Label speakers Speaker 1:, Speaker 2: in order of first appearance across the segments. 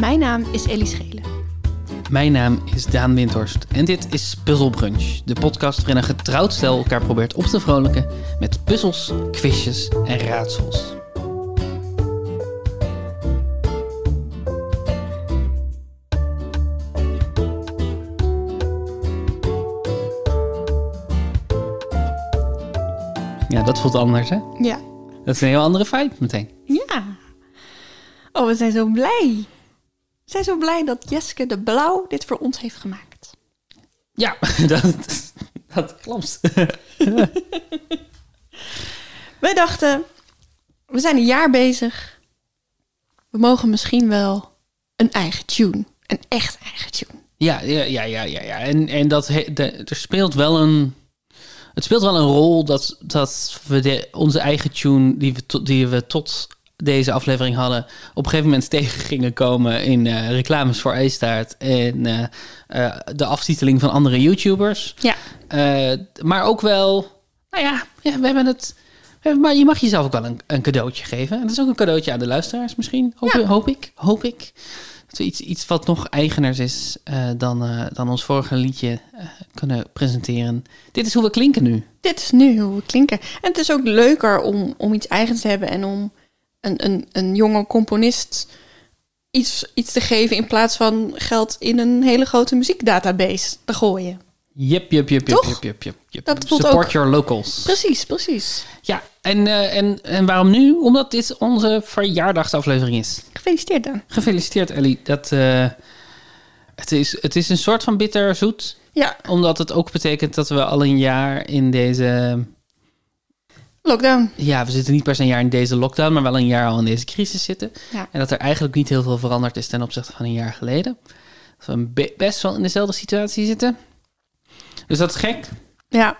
Speaker 1: Mijn naam is Ellie Schelen.
Speaker 2: Mijn naam is Daan Windhorst en dit is Puzzle Brunch, de podcast waarin een getrouwd stel elkaar probeert op te vrolijken met puzzels, quizjes en raadsels. Ja, dat voelt anders, hè?
Speaker 1: Ja.
Speaker 2: Dat is een heel andere vibe meteen.
Speaker 1: Ja. Oh, we zijn zo blij. We zijn zo blij dat Jeske de Blauw dit voor ons heeft gemaakt.
Speaker 2: Ja, dat, dat klopt.
Speaker 1: Wij dachten, we zijn een jaar bezig. We mogen misschien wel een eigen tune. Een echt eigen tune.
Speaker 2: Ja, ja, ja, ja, ja. ja. En, en dat he- de- er speelt wel een. Het speelt wel een rol dat, dat we de, onze eigen tune, die we, tot, die we tot deze aflevering hadden, op een gegeven moment tegen gingen komen in eh, reclames voor Eestaart en eh, eh, de aftiteling van andere YouTubers.
Speaker 1: Ja.
Speaker 2: Eh, maar ook wel, nou ja, ja, we hebben het. we hebben- Maar je mag jezelf ook wel een, een cadeautje geven. En dat is ook een cadeautje aan de luisteraars misschien. Hoop,
Speaker 1: Ja.
Speaker 2: hoop ik. Hoop ik. Dat we iets, iets wat nog eigeners is eh, dan, eh, dan ons vorige liedje eh, kunnen presenteren. Dit is hoe we klinken nu.
Speaker 1: Dit is nu hoe we klinken. En het is ook leuker om, om iets eigens te hebben en om een, een, een jonge componist iets, iets te geven in plaats van geld in een hele grote muziekdatabase te gooien.
Speaker 2: Jep, jep, jep, jep,
Speaker 1: Toch?
Speaker 2: jep, jep, jep, jep.
Speaker 1: Dat voelt
Speaker 2: Support
Speaker 1: ook-
Speaker 2: your locals.
Speaker 1: Precies, precies.
Speaker 2: Ja, en, eh, en, en waarom nu? Omdat dit onze verjaardagsaflevering is.
Speaker 1: Gefeliciteerd dan.
Speaker 2: Gefeliciteerd Ellie. Dat, eh, het, is, het is een soort van bitter zoet.
Speaker 1: Ja,
Speaker 2: Omdat het ook betekent dat we al een jaar in deze.
Speaker 1: lockdown.
Speaker 2: Ja, we zitten niet per se een jaar in deze lockdown, maar wel een jaar al in deze crisis zitten.
Speaker 1: Ja.
Speaker 2: En dat er eigenlijk niet heel veel veranderd is ten opzichte van een jaar geleden. Dat we een be- best wel in dezelfde situatie zitten. Dus dat is gek.
Speaker 1: Ja.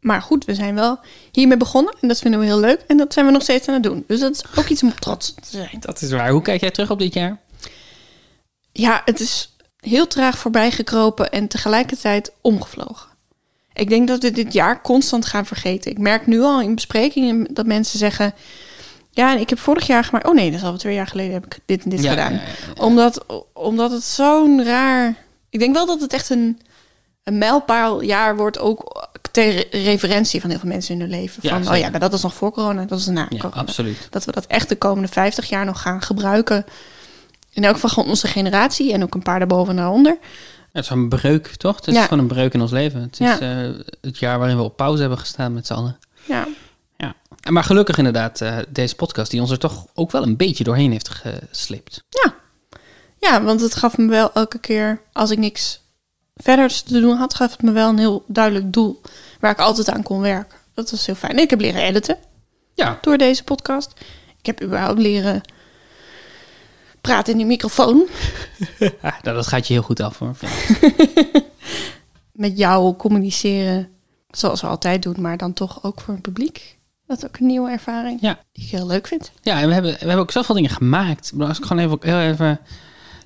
Speaker 1: Maar goed, we zijn wel hiermee begonnen en dat vinden we heel leuk. En dat zijn we nog steeds aan het doen. Dus dat is ook iets om op trots op te zijn.
Speaker 2: Dat is waar. Hoe kijk jij terug op dit jaar?
Speaker 1: Ja, het is heel traag voorbij gekropen en tegelijkertijd omgevlogen. Ik denk dat we dit jaar constant gaan vergeten. Ik merk nu al in besprekingen dat mensen zeggen... Ja, en ik heb vorig jaar gemaakt... Oh nee, dat is al twee jaar geleden heb ik dit en dit
Speaker 2: Ja,
Speaker 1: gedaan.
Speaker 2: ja, ja,
Speaker 1: Omdat, omdat het zo'n raar... Ik denk wel dat het echt een, een mijlpaaljaar wordt... ook ter referentie van heel veel mensen in hun leven.
Speaker 2: Ja,
Speaker 1: Van, oh
Speaker 2: zeker.
Speaker 1: ja, maar dat is nog voor corona, dat is na
Speaker 2: Ja,
Speaker 1: corona.
Speaker 2: absoluut.
Speaker 1: Dat we dat echt de komende 50 jaar nog gaan gebruiken. In elk geval gewoon onze generatie en ook een paar daarboven en daaronder.
Speaker 2: Het is een breuk, toch? Het is
Speaker 1: Ja.
Speaker 2: gewoon een breuk in ons leven. Het is
Speaker 1: Ja.
Speaker 2: eh, het jaar waarin we op pauze hebben gestaan met z'n allen.
Speaker 1: Ja,
Speaker 2: Ja. En Maar gelukkig inderdaad, eh, deze podcast die ons er toch ook wel een beetje doorheen heeft geslipt.
Speaker 1: ja. ja want het gaf me wel elke keer, als ik niks verder te doen had, gaf het me wel een heel duidelijk doel waar ik altijd aan kon werken. Dat was heel fijn. En ik heb leren editen
Speaker 2: Ja,
Speaker 1: door deze podcast. Ik heb überhaupt leren praten in die microfoon.
Speaker 2: Ah, nou, dat gaat je heel goed af hoor.
Speaker 1: Met jou communiceren, zoals we altijd doen, maar dan toch ook voor het publiek. Dat is ook een nieuwe ervaring
Speaker 2: Ja,
Speaker 1: die ik heel leuk vind.
Speaker 2: ja en we hebben, we hebben ook zoveel dingen gemaakt. Ik bedoel, Als ik gewoon even, heel even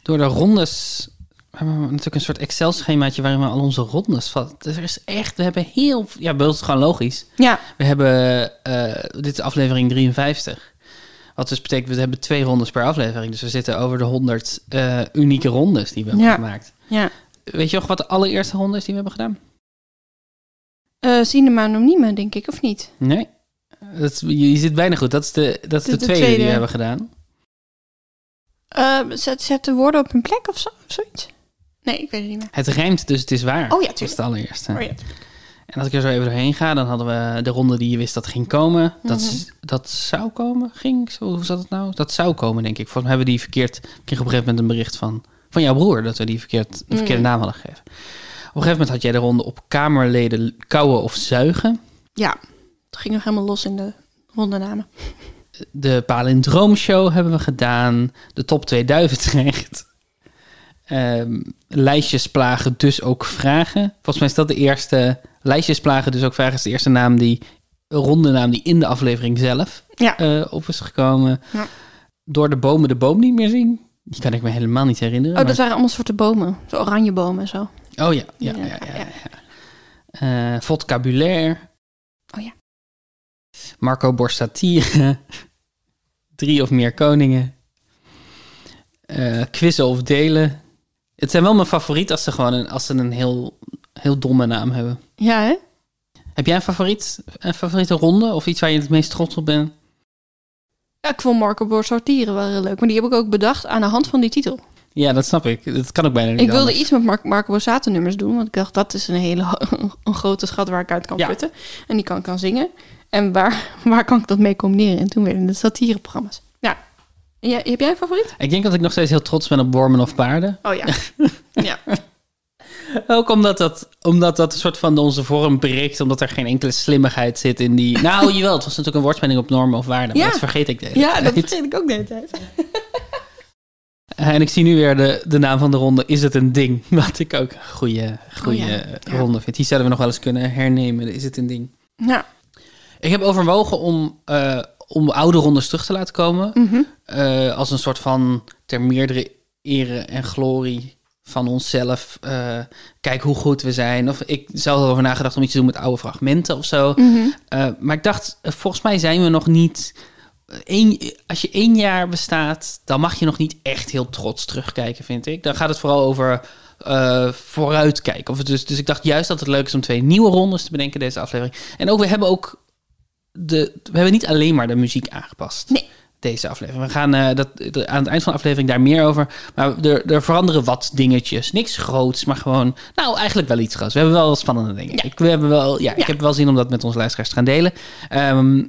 Speaker 2: door de rondes. We hebben natuurlijk een soort Excel-schemaatje waarin we al onze rondes vatten. Dus er is echt, we hebben heel. Ja, beeld is gewoon logisch.
Speaker 1: Ja,
Speaker 2: We hebben. eh, dit is aflevering 53. Wat dus betekent, we hebben twee rondes per aflevering. Dus we zitten over de 100 eh, unieke rondes die we hebben
Speaker 1: Ja.
Speaker 2: gemaakt.
Speaker 1: ja.
Speaker 2: Weet je nog wat de allereerste ronde is die we hebben gedaan?
Speaker 1: Eh cinema anonieme, denk ik, of niet?
Speaker 2: Nee. Dat is- je, je zit bijna goed. Dat is de, dat is de,
Speaker 1: De- de
Speaker 2: tweede, die
Speaker 1: tweede.
Speaker 2: we hebben gedaan.
Speaker 1: Eh, zet, zet de woorden op hun plek of, zo, of zoiets? Nee, ik weet het niet meer.
Speaker 2: Het rijmt, dus het is waar.
Speaker 1: Oh ja,
Speaker 2: Dat is het
Speaker 1: tuurlijk.
Speaker 2: allereerste.
Speaker 1: Oh ja.
Speaker 2: En als ik er zo even doorheen ga, dan hadden we de ronde die je wist dat ging komen. Dat,
Speaker 1: Mhm.
Speaker 2: is- dat zou komen, ging. Zo, hoe zat het nou? Dat zou komen, denk ik. Volgens mij hebben we die verkeerd. Ik kreeg op een gegeven moment een bericht van, van jouw broer dat we die verkeerd, een verkeerde
Speaker 1: Mhm.
Speaker 2: naam hadden gegeven. Op een gegeven moment had jij de ronde op kamerleden kauwen of zuigen.
Speaker 1: ja, het ging nog helemaal los in de ronde namen.
Speaker 2: De palindroomshow hebben we gedaan. De top 2000 terecht. Ehm, lijstjes plagen, dus ook vragen. Volgens mij is dat de eerste. Lijstjes plagen, dus ook vragen is de eerste naam die. Ronde naam die in de aflevering zelf
Speaker 1: Ja.
Speaker 2: eh, op is gekomen.
Speaker 1: Ja.
Speaker 2: Door de bomen de boom niet meer zien. Die kan ik me helemaal niet herinneren.
Speaker 1: Oh,
Speaker 2: maar-
Speaker 1: dat waren allemaal soorten bomen. Zo oranje bomen en zo.
Speaker 2: Oh ja, ja, ja, ja. ja, Eh, vocabulaire.
Speaker 1: Oh ja.
Speaker 2: Marco Borsatia. Drie of meer koningen. Eh, eh, quizzen of delen. Het zijn wel mijn favoriet als ze gewoon een, als ze een heel, heel domme naam hebben.
Speaker 1: Ja, hè?
Speaker 2: Heb jij een, favoriet, een favoriete ronde of iets waar je het meest trots op bent?
Speaker 1: Ja, ik vond Marco Borsortieren wel heel leuk. Maar die heb ik ook bedacht aan de hand van die titel.
Speaker 2: Ja, dat snap ik. Dat kan ook bijna niet
Speaker 1: ik wilde
Speaker 2: anders.
Speaker 1: iets met Mar- Marco Borsato nummers doen. Want ik dacht, dat is een hele ho- een grote schat waar ik uit kan
Speaker 2: Ja.
Speaker 1: putten. En die kan ik kan zingen. En waar, waar kan ik dat mee combineren? En toen werden het satireprogramma's. Ja. En jij- heb jij een favoriet?
Speaker 2: Ik denk dat ik nog steeds heel trots ben op wormen of paarden.
Speaker 1: Oh ja. ja.
Speaker 2: Ook omdat dat, omdat dat een soort van onze vorm breekt. Omdat er geen enkele slimmigheid zit in die... Nou, jawel. Het was natuurlijk een woordspeling op normen of waarden.
Speaker 1: Ja.
Speaker 2: Maar dat vergeet ik de hele
Speaker 1: ja,
Speaker 2: tijd.
Speaker 1: dat vergeet ik ook de hele tijd.
Speaker 2: En ik zie nu weer de, de naam van de ronde. Is het een ding? Wat ik ook een goede, goede
Speaker 1: Oh ja, ja.
Speaker 2: ronde vind. Die zouden we nog wel eens kunnen hernemen. Is het een ding?
Speaker 1: Ja.
Speaker 2: Ik heb overwogen om, eh, om oude rondes terug te laten komen. Eh, als een soort van ter meerdere ere en glorie van onszelf. eh, kijk hoe goed we zijn. Of ik zelf had erover nagedacht om iets te doen met oude fragmenten of zo. Eh, maar ik dacht, eh, volgens mij zijn we nog niet. eh, één- als je één jaar bestaat, dan mag je nog niet echt heel trots terugkijken, vind ik. Dan gaat het vooral over eh, vooruitkijken. Of dus, dus ik dacht juist dat het leuk is om twee nieuwe rondes te bedenken deze aflevering. En ook, we hebben ook de, we hebben niet alleen maar de muziek aangepast.
Speaker 1: Nee.
Speaker 2: Deze aflevering. We gaan eh, dat, de- aan het eind van de aflevering daar meer over. Maar er, er veranderen wat dingetjes. Niks groots, maar gewoon. Nou, eigenlijk wel iets groots. We hebben wel wat spannende dingen. Ik, we hebben wel, ja, ik
Speaker 1: Ja.
Speaker 2: heb wel zin om dat met onze luisteraars te gaan delen. Ehm,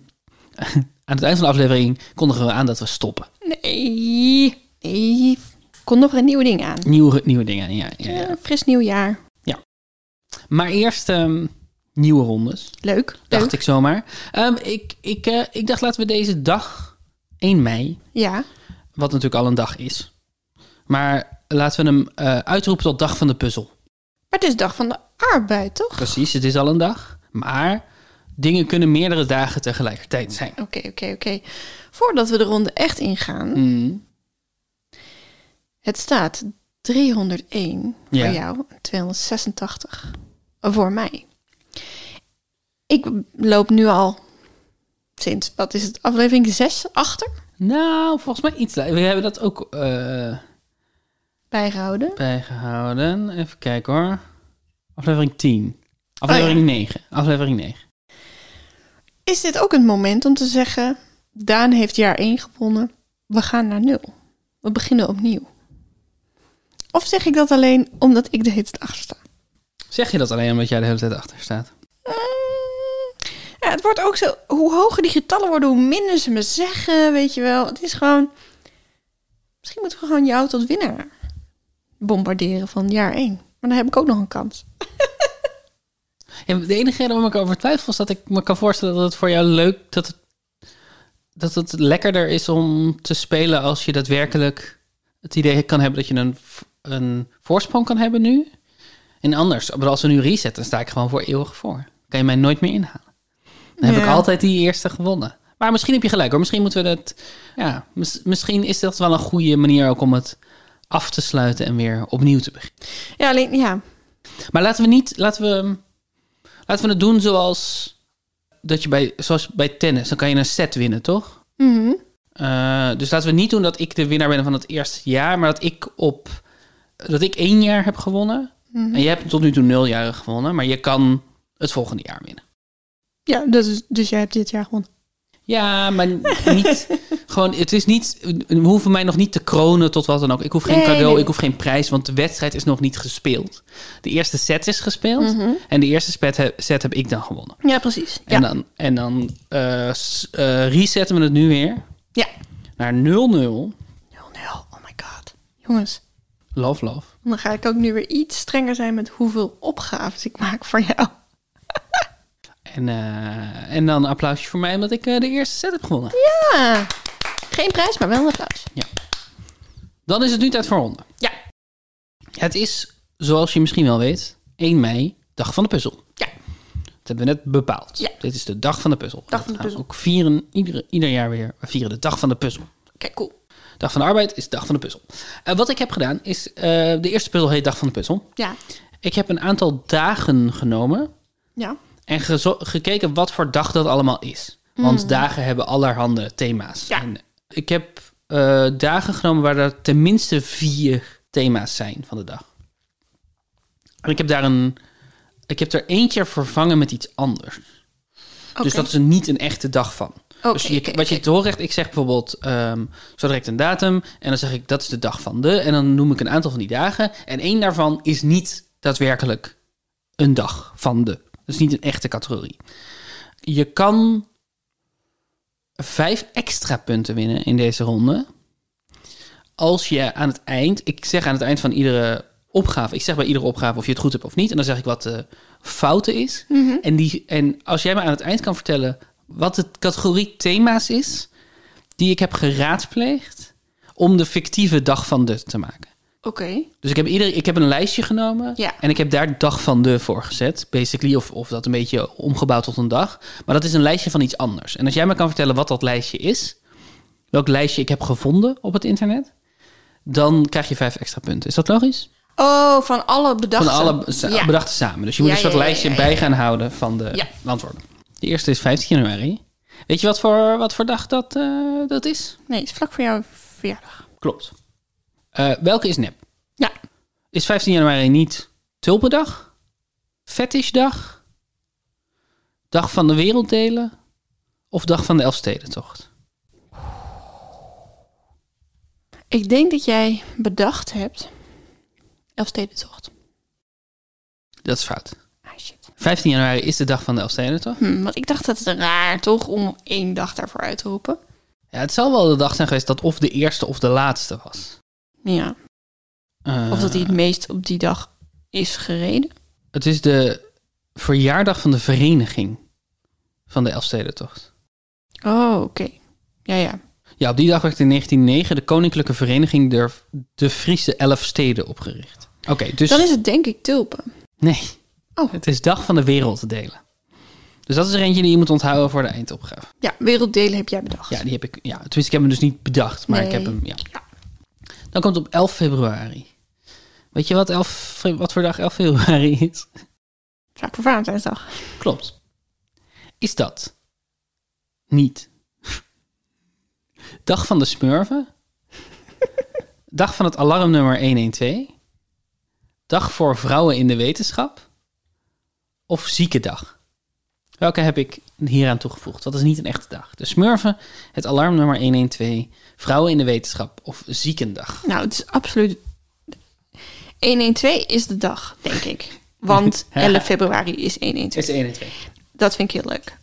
Speaker 2: aan het eind van de aflevering kondigen we aan dat we stoppen.
Speaker 1: Nee. Nee. Kon nog een nieuw ding aan.
Speaker 2: Nieuwe, nieuwe dingen. aan, Ja, ja, ja.
Speaker 1: Eh, fris nieuw jaar.
Speaker 2: Maar eerst ehm, nieuwe rondes.
Speaker 1: Leuk.
Speaker 2: Dacht
Speaker 1: Leuk.
Speaker 2: ik zomaar. Ehm, ik, ik, eh, ik dacht, laten we deze dag, 1 mei,
Speaker 1: Ja.
Speaker 2: wat natuurlijk al een dag is. Maar laten we hem eh, uitroepen tot dag van de puzzel.
Speaker 1: Maar het is dag van de arbeid, toch?
Speaker 2: Precies, het is al een dag. Maar dingen kunnen meerdere dagen tegelijkertijd zijn.
Speaker 1: Oké, oké, oké. Voordat we de ronde echt ingaan.
Speaker 2: Mm.
Speaker 1: Het staat 301
Speaker 2: Ja.
Speaker 1: voor jou en 286 voor mij. Ik loop nu al sinds, wat is het, aflevering 6 achter
Speaker 2: Nou, volgens mij iets. li- We hebben dat ook eh,
Speaker 1: bijgehouden.
Speaker 2: bijgehouden. Even kijken hoor. Aflevering 10. Aflevering 9. Aflevering 9.
Speaker 1: Is dit ook een moment om te zeggen, Daan heeft jaar 1 gewonnen, we gaan naar 0. We beginnen opnieuw. Of zeg ik dat alleen omdat ik de hele tijd achter sta?
Speaker 2: Zeg je dat alleen omdat jij de hele tijd achter staat?
Speaker 1: Mm, Ja, het wordt ook zo. Hoe hoger die getallen worden, hoe minder ze me zeggen. Weet je wel. Het is gewoon. Misschien moeten we gewoon jou tot winnaar bombarderen van jaar 1. Maar dan heb ik ook nog een kans.
Speaker 2: Ja, de enige reden waarom ik over twijfel is dat ik me kan voorstellen dat het voor jou leuk dat het, dat het lekkerder is om te spelen als je daadwerkelijk het idee kan hebben dat je een, v- een voorsprong kan hebben nu. En anders, maar als we nu resetten, dan sta ik gewoon voor eeuwig voor. Kan je mij nooit meer inhalen. Dan heb ik
Speaker 1: Ja.
Speaker 2: altijd die eerste gewonnen. Maar misschien heb je gelijk hoor. Misschien moeten we dat. Ja, mis- misschien is dat wel een goede manier ook om het af te sluiten en weer opnieuw te beginnen.
Speaker 1: Ja, alleen. Ja.
Speaker 2: Maar laten we niet, laten we, laten we het doen zoals, dat je bij, zoals bij tennis. Dan kan je een set winnen, toch?
Speaker 1: Mhm.
Speaker 2: Eh, dus laten we niet doen dat ik de winnaar ben van het eerste jaar, maar dat ik op dat ik één jaar heb gewonnen.
Speaker 1: Mhm.
Speaker 2: En jij hebt tot nu toe nul jaren gewonnen, maar je kan het volgende jaar winnen.
Speaker 1: Ja, dus, dus jij hebt dit jaar gewonnen.
Speaker 2: Ja, maar niet. gewoon, het is niet. We hoeven mij nog niet te kronen tot wat dan ook. Ik hoef geen
Speaker 1: Nee,
Speaker 2: cadeau,
Speaker 1: nee.
Speaker 2: ik hoef geen prijs, want de wedstrijd is nog niet gespeeld. De eerste set is gespeeld
Speaker 1: Mhm.
Speaker 2: en de eerste spet he- set heb ik dan gewonnen.
Speaker 1: Ja, precies. Ja.
Speaker 2: En dan, en dan eh, s- eh, resetten we het nu weer
Speaker 1: ja.
Speaker 2: naar 0-0.
Speaker 1: 0-0. Oh my god. Jongens,
Speaker 2: Love, love.
Speaker 1: dan ga ik ook nu weer iets strenger zijn met hoeveel opgaves ik maak voor jou.
Speaker 2: En, eh, en dan een applausje voor mij omdat ik eh, de eerste set heb gewonnen.
Speaker 1: Ja. Geen prijs, maar wel een applaus.
Speaker 2: Dan is het nu tijd voor ronden.
Speaker 1: Ja.
Speaker 2: Het is, zoals je misschien wel weet, 1 mei, dag van de puzzel.
Speaker 1: Ja.
Speaker 2: Dat hebben we net bepaald.
Speaker 1: Ja.
Speaker 2: Dit is de dag van de puzzel.
Speaker 1: Dag van de
Speaker 2: We gaan
Speaker 1: puzzel.
Speaker 2: Ook vieren, ieder, ieder jaar weer. We vieren de dag van de puzzel.
Speaker 1: Kijk, cool.
Speaker 2: Dag van de arbeid is dag van de puzzel. Eh, wat ik heb gedaan is, eh, de eerste puzzel heet dag van de puzzel.
Speaker 1: Ja.
Speaker 2: Ik heb een aantal dagen genomen
Speaker 1: Ja.
Speaker 2: En gezo- gekeken wat voor dag dat allemaal is. Want dagen hebben allerhande thema's.
Speaker 1: Ja.
Speaker 2: En ik heb eh, dagen genomen waar er tenminste vier thema's zijn van de dag. En ik heb daar een. Ik heb er eentje vervangen met iets anders.
Speaker 1: Oké.
Speaker 2: Dus dat is er niet een echte dag van.
Speaker 1: Oké,
Speaker 2: dus je,
Speaker 1: oké,
Speaker 2: wat je
Speaker 1: oké.
Speaker 2: te horen krijgt, ik zeg bijvoorbeeld ehm, zo direct een datum. En dan zeg ik dat is de dag van de. En dan noem ik een aantal van die dagen. En één daarvan is niet daadwerkelijk een dag van de. Dus niet een echte categorie. Je kan vijf extra punten winnen in deze ronde. Als je aan het eind, ik zeg aan het eind van iedere opgave, ik zeg bij iedere opgave of je het goed hebt of niet. En dan zeg ik wat de fouten is. en, die, en als jij me aan het eind kan vertellen wat de categorie thema's is die ik heb geraadpleegd om de fictieve dag van de te maken.
Speaker 1: Oké.
Speaker 2: Dus ik heb, ieder, ik heb een lijstje genomen
Speaker 1: Ja.
Speaker 2: en ik heb daar dag van de voor gezet. Basically, of, of dat een beetje omgebouwd tot een dag. Maar dat is een lijstje van iets anders. En als jij me kan vertellen wat dat lijstje is, welk lijstje ik heb gevonden op het internet, dan krijg je vijf extra punten. Is dat logisch?
Speaker 1: Oh, van alle bedachten.
Speaker 2: Van alle sa-
Speaker 1: eh, Ja.
Speaker 2: bedachten samen. Dus je moet
Speaker 1: Ja,
Speaker 2: een soort
Speaker 1: ja, ja,
Speaker 2: lijstje
Speaker 1: ja, ja,
Speaker 2: bij
Speaker 1: ja.
Speaker 2: gaan houden van de
Speaker 1: Ja.
Speaker 2: antwoorden. De eerste is 15 januari. Weet je wat voor, wat voor dag dat, eh, dat is?
Speaker 1: Nee, is vlak voor jouw verjaardag.
Speaker 2: Klopt. Eh, welke is nep?
Speaker 1: Ja.
Speaker 2: Is 15 januari niet Tulpendag? Fetishdag? Dag van de Werelddelen? Of Dag van de Elfstedentocht?
Speaker 1: Ik denk dat jij bedacht hebt. Elfstedentocht.
Speaker 2: Dat is fout.
Speaker 1: Ah, shit.
Speaker 2: 15 januari is de Dag van de Elfstedentocht.
Speaker 1: Hm, want ik dacht dat het raar toch om één dag daarvoor uit te roepen.
Speaker 2: Ja, het zal wel de dag zijn geweest dat of de eerste of de laatste was.
Speaker 1: Ja.
Speaker 2: Eh,
Speaker 1: Of dat hij het meest op die dag is gereden.
Speaker 2: Het is de verjaardag van de vereniging van de Elfstedentocht.
Speaker 1: Oh, oké. Ja, ja.
Speaker 2: Ja, op die dag werd in 1909 de Koninklijke Vereniging der de Friese Elf Steden opgericht. Oké, dus...
Speaker 1: Dan is het denk ik tulpen.
Speaker 2: Nee.
Speaker 1: Oh.
Speaker 2: Het is Dag van de Werelddelen. Dus dat is er eentje die je moet onthouden voor de eindopgave.
Speaker 1: Ja, werelddelen heb jij bedacht.
Speaker 2: Ja, die heb ik... Ja, tenminste, ik heb hem dus niet bedacht, maar ik
Speaker 1: Nee.
Speaker 2: heb hem... Ja. Dan komt op 11 februari. Weet je wat, 11, fe- wat voor dag 11 februari is?
Speaker 1: Vlak voor Valentijnsdag.
Speaker 2: Klopt. Is dat niet dag van de smurven? dag van het alarmnummer 112? Dag voor vrouwen in de wetenschap? Of ziekendag? Welke heb ik hieraan toegevoegd? Wat is niet een echte dag? De smurven, het alarmnummer 112, vrouwen in de wetenschap of ziekendag?
Speaker 1: Nou, het is absoluut... 112 is de dag, denk ik. Want 11 februari is 112.
Speaker 2: Het is 112.
Speaker 1: Dat vind ik heel leuk.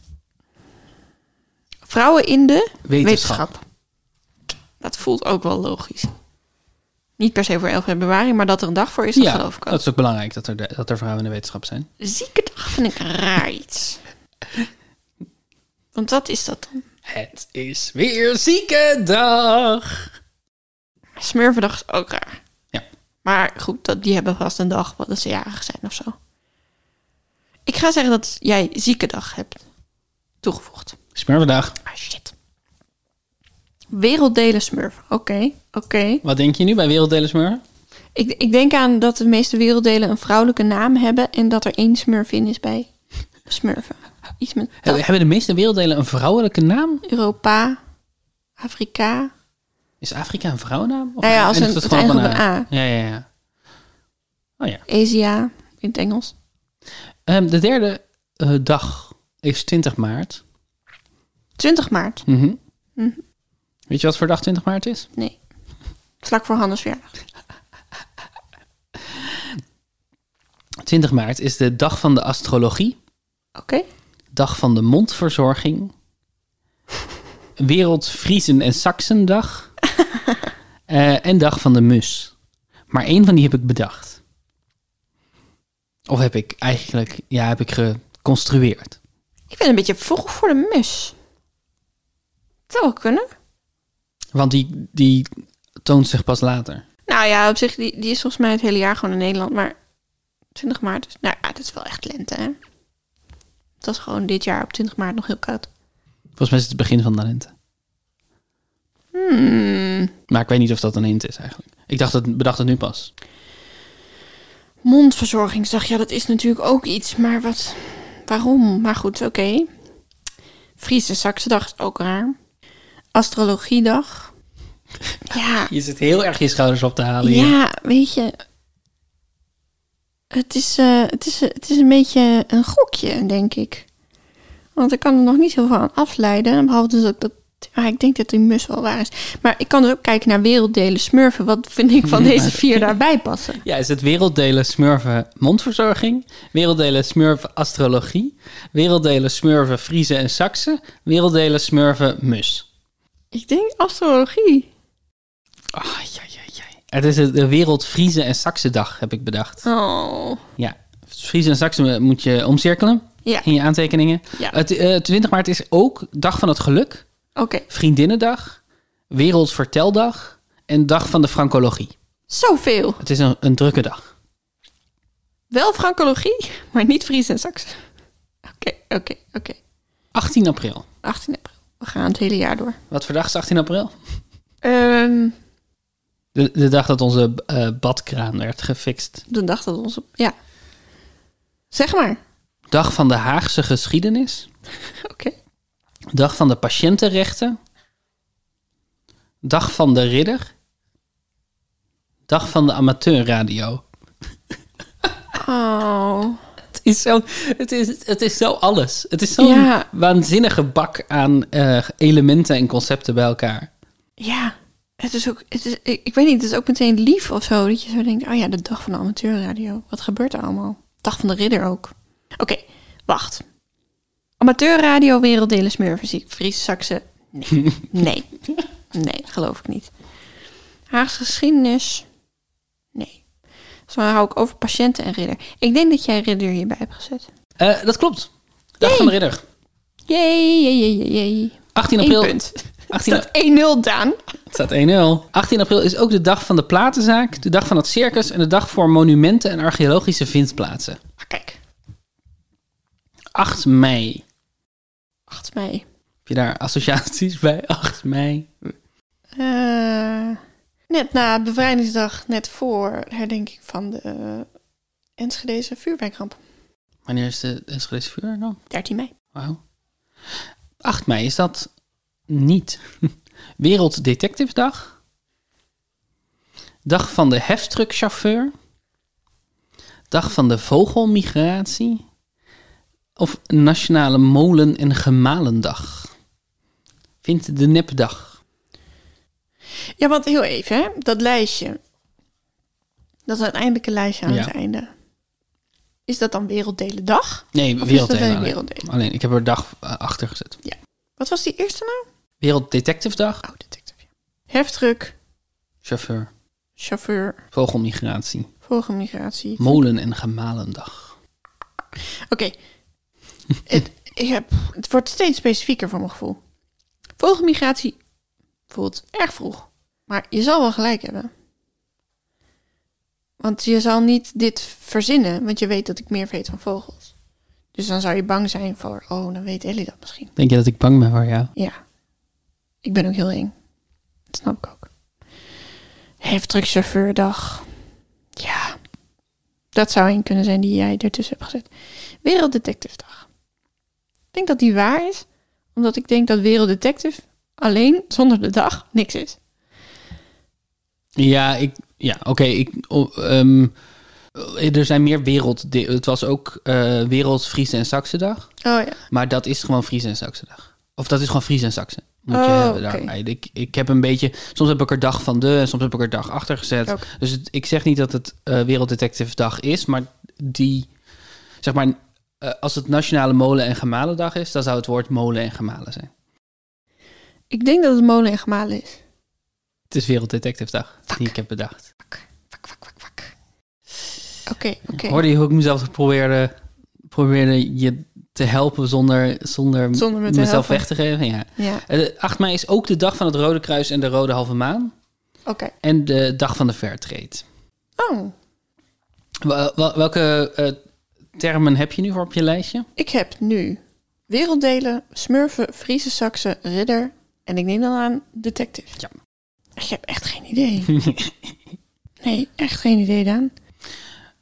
Speaker 1: Vrouwen in de
Speaker 2: Wetenschap.
Speaker 1: wetenschap. Dat voelt ook wel logisch. Niet per se voor 11 februari, maar dat er een dag voor is, dat
Speaker 2: Ja,
Speaker 1: geloof ik ook.
Speaker 2: dat is ook belangrijk dat er, de- dat er vrouwen in de wetenschap zijn.
Speaker 1: Zieke dag vind ik raar iets. Want wat is dat dan?
Speaker 2: Het is weer ziekendag!
Speaker 1: Smurvendag is ook raar.
Speaker 2: Ja.
Speaker 1: Maar goed, dat, die hebben vast een dag wat ze jarig zijn of zo. Ik ga zeggen dat jij zieke dag hebt toegevoegd.
Speaker 2: Smurfendag.
Speaker 1: Ah, shit. Werelddelen smurf. Oké, oké.
Speaker 2: Wat denk je nu bij Werelddelen Smurfen?
Speaker 1: Ik, ik denk aan dat de meeste werelddelen een vrouwelijke naam hebben... en dat er één smurf in is bij smurfen. Iets met
Speaker 2: He- Hebben de meeste werelddelen een vrouwelijke naam?
Speaker 1: Europa, Afrika.
Speaker 2: Is Afrika een vrouwennaam? Of
Speaker 1: Nou ja, als
Speaker 2: eindigt
Speaker 1: een-
Speaker 2: het
Speaker 1: het
Speaker 2: gewoon op een
Speaker 1: eindigt op een
Speaker 2: A? Ja, ja, ja. Oh ja.
Speaker 1: Asia in het Engels.
Speaker 2: Ehm, de derde eh, dag is 20 maart.
Speaker 1: 20 maart.
Speaker 2: Mhm. Weet je wat voor dag 20 maart is?
Speaker 1: Nee. Vlak voor Hannes verjaardag.
Speaker 2: 20 maart is de dag van de astrologie,
Speaker 1: Oké.
Speaker 2: dag van de mondverzorging, Wereld Vriezen en Saksendag eh, en dag van de mus. Maar één van die heb ik bedacht. Of heb ik eigenlijk, ja, heb ik geconstrueerd.
Speaker 1: Ik ben een beetje vroeg voor de mus. Dat zou wel kunnen.
Speaker 2: Want die, die toont zich pas later.
Speaker 1: Nou ja, op zich, die, die is volgens mij het hele jaar gewoon in Nederland. Maar 20 maart is... Nou ja, dat is wel echt lente, hè? Het was gewoon dit jaar op 20 maart nog heel koud.
Speaker 2: Volgens mij is het het begin van de lente.
Speaker 1: Hmm.
Speaker 2: Maar ik weet niet of dat een hint is eigenlijk. Ik dacht het, bedacht het nu pas.
Speaker 1: Mondverzorgingsdag, ja, dat is natuurlijk ook iets. Maar wat... Waarom? Maar goed, oké. Friese Saksendag is ook raar. Astrologiedag. Ja,
Speaker 2: Je zit heel erg je schouders op te halen. hier.
Speaker 1: ja weet je. Het is, eh, het, is, het is een beetje een gokje, denk ik. Want ik kan er nog niet heel veel aan afleiden. Behalve dus dat ik dat... Ah, ik denk dat die mus wel waar is. Maar ik kan dus ook kijken naar werelddelen smurfen. Wat vind ik van deze vier daarbij passen?
Speaker 2: Ja, is het werelddelen smurven mondverzorging, werelddelen smurven astrologie, werelddelen smurven Friese en Saksen, werelddelen smurven mus.
Speaker 1: Ik denk astrologie.
Speaker 2: Ah, ja, ja, ja. Het is het- de wereld Friese en Saksen dag, heb ik bedacht.
Speaker 1: Oh.
Speaker 2: Ja, Friese en Saksen moet je omcirkelen
Speaker 1: Ja,
Speaker 2: in je aantekeningen.
Speaker 1: Ja.
Speaker 2: Het, eh, 20 maart is ook dag van het geluk,
Speaker 1: oké.
Speaker 2: vriendinnendag, wereldverteldag en dag van de francologie.
Speaker 1: Zoveel.
Speaker 2: Het is een, een drukke dag.
Speaker 1: Wel francologie, maar niet Fries en Saks. Oké, oké, oké.
Speaker 2: 18 april.
Speaker 1: 18 april. We gaan het hele jaar door.
Speaker 2: Wat voor dag is 18 april?
Speaker 1: Ehm,
Speaker 2: De, de dag dat onze eh, badkraan werd gefixt.
Speaker 1: de dag dat onze... Ja. Zeg maar.
Speaker 2: Dag van de Haagse geschiedenis.
Speaker 1: Oké.
Speaker 2: Dag van de patiëntenrechten. Dag van de ridder. Dag van de amateurradio.
Speaker 1: Oh.
Speaker 2: Het is zo, het is, het is zo alles. Het is zo'n
Speaker 1: Ja.
Speaker 2: waanzinnige bak aan eh, elementen en concepten bij elkaar.
Speaker 1: Ja. Het is ook... Het is, ik, ik weet niet, het is ook meteen lief of zo. Dat je zo denkt, oh ja, de dag van de amateurradio. Wat gebeurt er allemaal? Dag van de ridder ook. Oké, wacht. Amateurradio, werelddelen, smurfysiek, Fries, Saksen. Nee. nee. Nee, geloof ik niet. Haagse geschiedenis. Nee. Dus dan hou ik over patiënten en ridder. Ik denk dat jij ridder hierbij hebt gezet.
Speaker 2: Eh, dat klopt. Dag van de ridder.
Speaker 1: Jee, jee, jee, jee, jee.
Speaker 2: 18
Speaker 1: Eén
Speaker 2: april.
Speaker 1: punt.
Speaker 2: 18
Speaker 1: Staat 1-0, Daan.
Speaker 2: Het staat 1-0. 18 april is ook de dag van de platenzaak, de dag van het circus en de dag voor monumenten en archeologische vindplaatsen.
Speaker 1: Ah, kijk,
Speaker 2: 8 mei. Heb
Speaker 1: 8 mei.
Speaker 2: je daar associaties bij? 8 mei.
Speaker 1: Eh, net na bevrijdingsdag, net voor herdenking van de eh, Enschedeze vuurwerkramp.
Speaker 2: Wanneer is de Enschedese vuur dan?
Speaker 1: 13 mei.
Speaker 2: Wauw. 8 mei is dat niet. Werelddetective Dag. Dag van de heftruckchauffeur. Dag van de vogelmigratie. Of Nationale Molen- en Gemalendag. Vindt de nepdag.
Speaker 1: Ja, want heel even, hè? dat lijstje. Dat uiteindelijke lijstje aan
Speaker 2: Ja.
Speaker 1: het einde. Is dat dan Werelddelendag?
Speaker 2: Nee,
Speaker 1: Of is dat
Speaker 2: werelddelen.
Speaker 1: alleen
Speaker 2: alleen.
Speaker 1: Werelddelen?
Speaker 2: Alleen, ik heb er dag eh, achter gezet.
Speaker 1: Wat was die eerste nou?
Speaker 2: Werelddetective Dag.
Speaker 1: Oh, detective. ja. Heftruck,
Speaker 2: Chauffeur.
Speaker 1: chauffeur,
Speaker 2: Vogelmigratie.
Speaker 1: vogelmigratie.
Speaker 2: Molen- en Gemalendag.
Speaker 1: Oké. het, ik heb- het wordt steeds specifieker voor mijn gevoel. Vogelmigratie voelt erg vroeg. Maar je zal wel gelijk hebben. Want je zal niet dit verzinnen, want je weet dat ik meer weet van vogels. Dus dan zou je bang zijn voor, oh, dan weet Ellie dat misschien.
Speaker 2: Denk je dat ik bang ben voor jou?
Speaker 1: Ja. Ik ben ook heel eng. Dat snap ik ook. Heftruckchauffeurdag. Ja. Dat zou een kunnen zijn die jij ertussen hebt gezet. Werelddetective dag. Ik denk dat die waar is. Omdat ik denk dat werelddetective alleen zonder de dag niks is.
Speaker 2: Ja, ik, ja oké. ik- o- ehm, eh, er zijn meer wereld... Het was ook eh Wereld Friese en Saksendag.
Speaker 1: Oh ja.
Speaker 2: Maar dat is gewoon Friese en Saksendag. Of dat is gewoon Friese en Saksen. Moet je
Speaker 1: Oh,
Speaker 2: hebben
Speaker 1: oké.
Speaker 2: daarbij. Ik, ik heb een beetje... Soms heb ik er dag van de en soms heb ik er dag achter gezet.
Speaker 1: Oké.
Speaker 2: Dus het- ik zeg niet dat het eh Werelddetective Dag is. Maar die... Zeg maar... eh, als het Nationale Molen- en Gemalendag is... dan zou het woord molen en gemalen zijn.
Speaker 1: Ik denk dat het molen en gemalen is.
Speaker 2: Het is Werelddetective Dag.
Speaker 1: Fuck.
Speaker 2: Die ik heb bedacht.
Speaker 1: Wak, wak, wak, wak. Oké, oké.
Speaker 2: Hoorde je hoe ik mezelf probeerde, probeerde je te helpen zonder, zonder,
Speaker 1: Zonder me te
Speaker 2: mezelf
Speaker 1: helpen.
Speaker 2: weg te geven? Ja.
Speaker 1: Ja,
Speaker 2: Eh, de 8 mei is ook de dag van het Rode Kruis en de Rode Halve Maan.
Speaker 1: oké.
Speaker 2: En de dag van de Fairtrade.
Speaker 1: Oh,
Speaker 2: Wel- wel- welke eh, termen heb je nu voor op je lijstje?
Speaker 1: ik heb nu werelddelen, smurfen, Friese saksen, ridder en ik neem dan aan detective.
Speaker 2: Ja.
Speaker 1: Ik heb echt geen idee. nee, echt geen idee, Daan.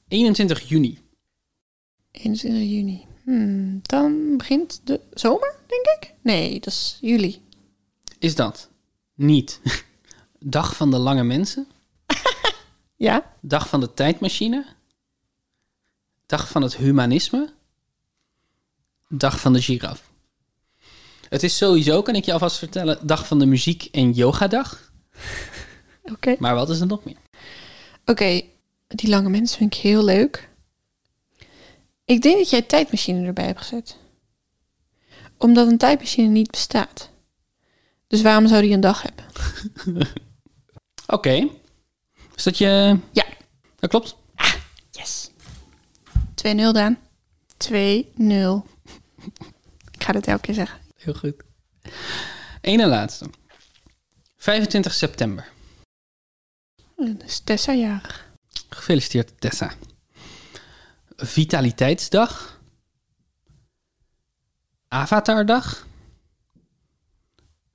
Speaker 2: 21 juni.
Speaker 1: 21 juni. Hmm, dan begint de zomer, denk ik? Nee, dat is juli.
Speaker 2: Is dat niet Dag van de lange mensen.
Speaker 1: Ja?
Speaker 2: Dag van de tijdmachine. Dag van het humanisme. Dag van de giraf. Het is sowieso, kan ik je alvast vertellen, dag van de muziek en yogadag.
Speaker 1: Oké.
Speaker 2: Maar wat is er nog meer?
Speaker 1: Oké, die lange mensen vind ik heel leuk. Ik denk dat jij tijdmachine erbij hebt gezet. Omdat een tijdmachine niet bestaat. Dus waarom zou die een dag hebben?
Speaker 2: Oké. Is dat je...
Speaker 1: Ja.
Speaker 2: Dat klopt.
Speaker 1: Yes. 2-0, Daan. 2-0. Ik ga dit elke keer zeggen.
Speaker 2: Heel goed. Eén en laatste. 25 september.
Speaker 1: Dat is Tessa jarig.
Speaker 2: Gefeliciteerd Tessa. Vitaliteitsdag. Avatardag.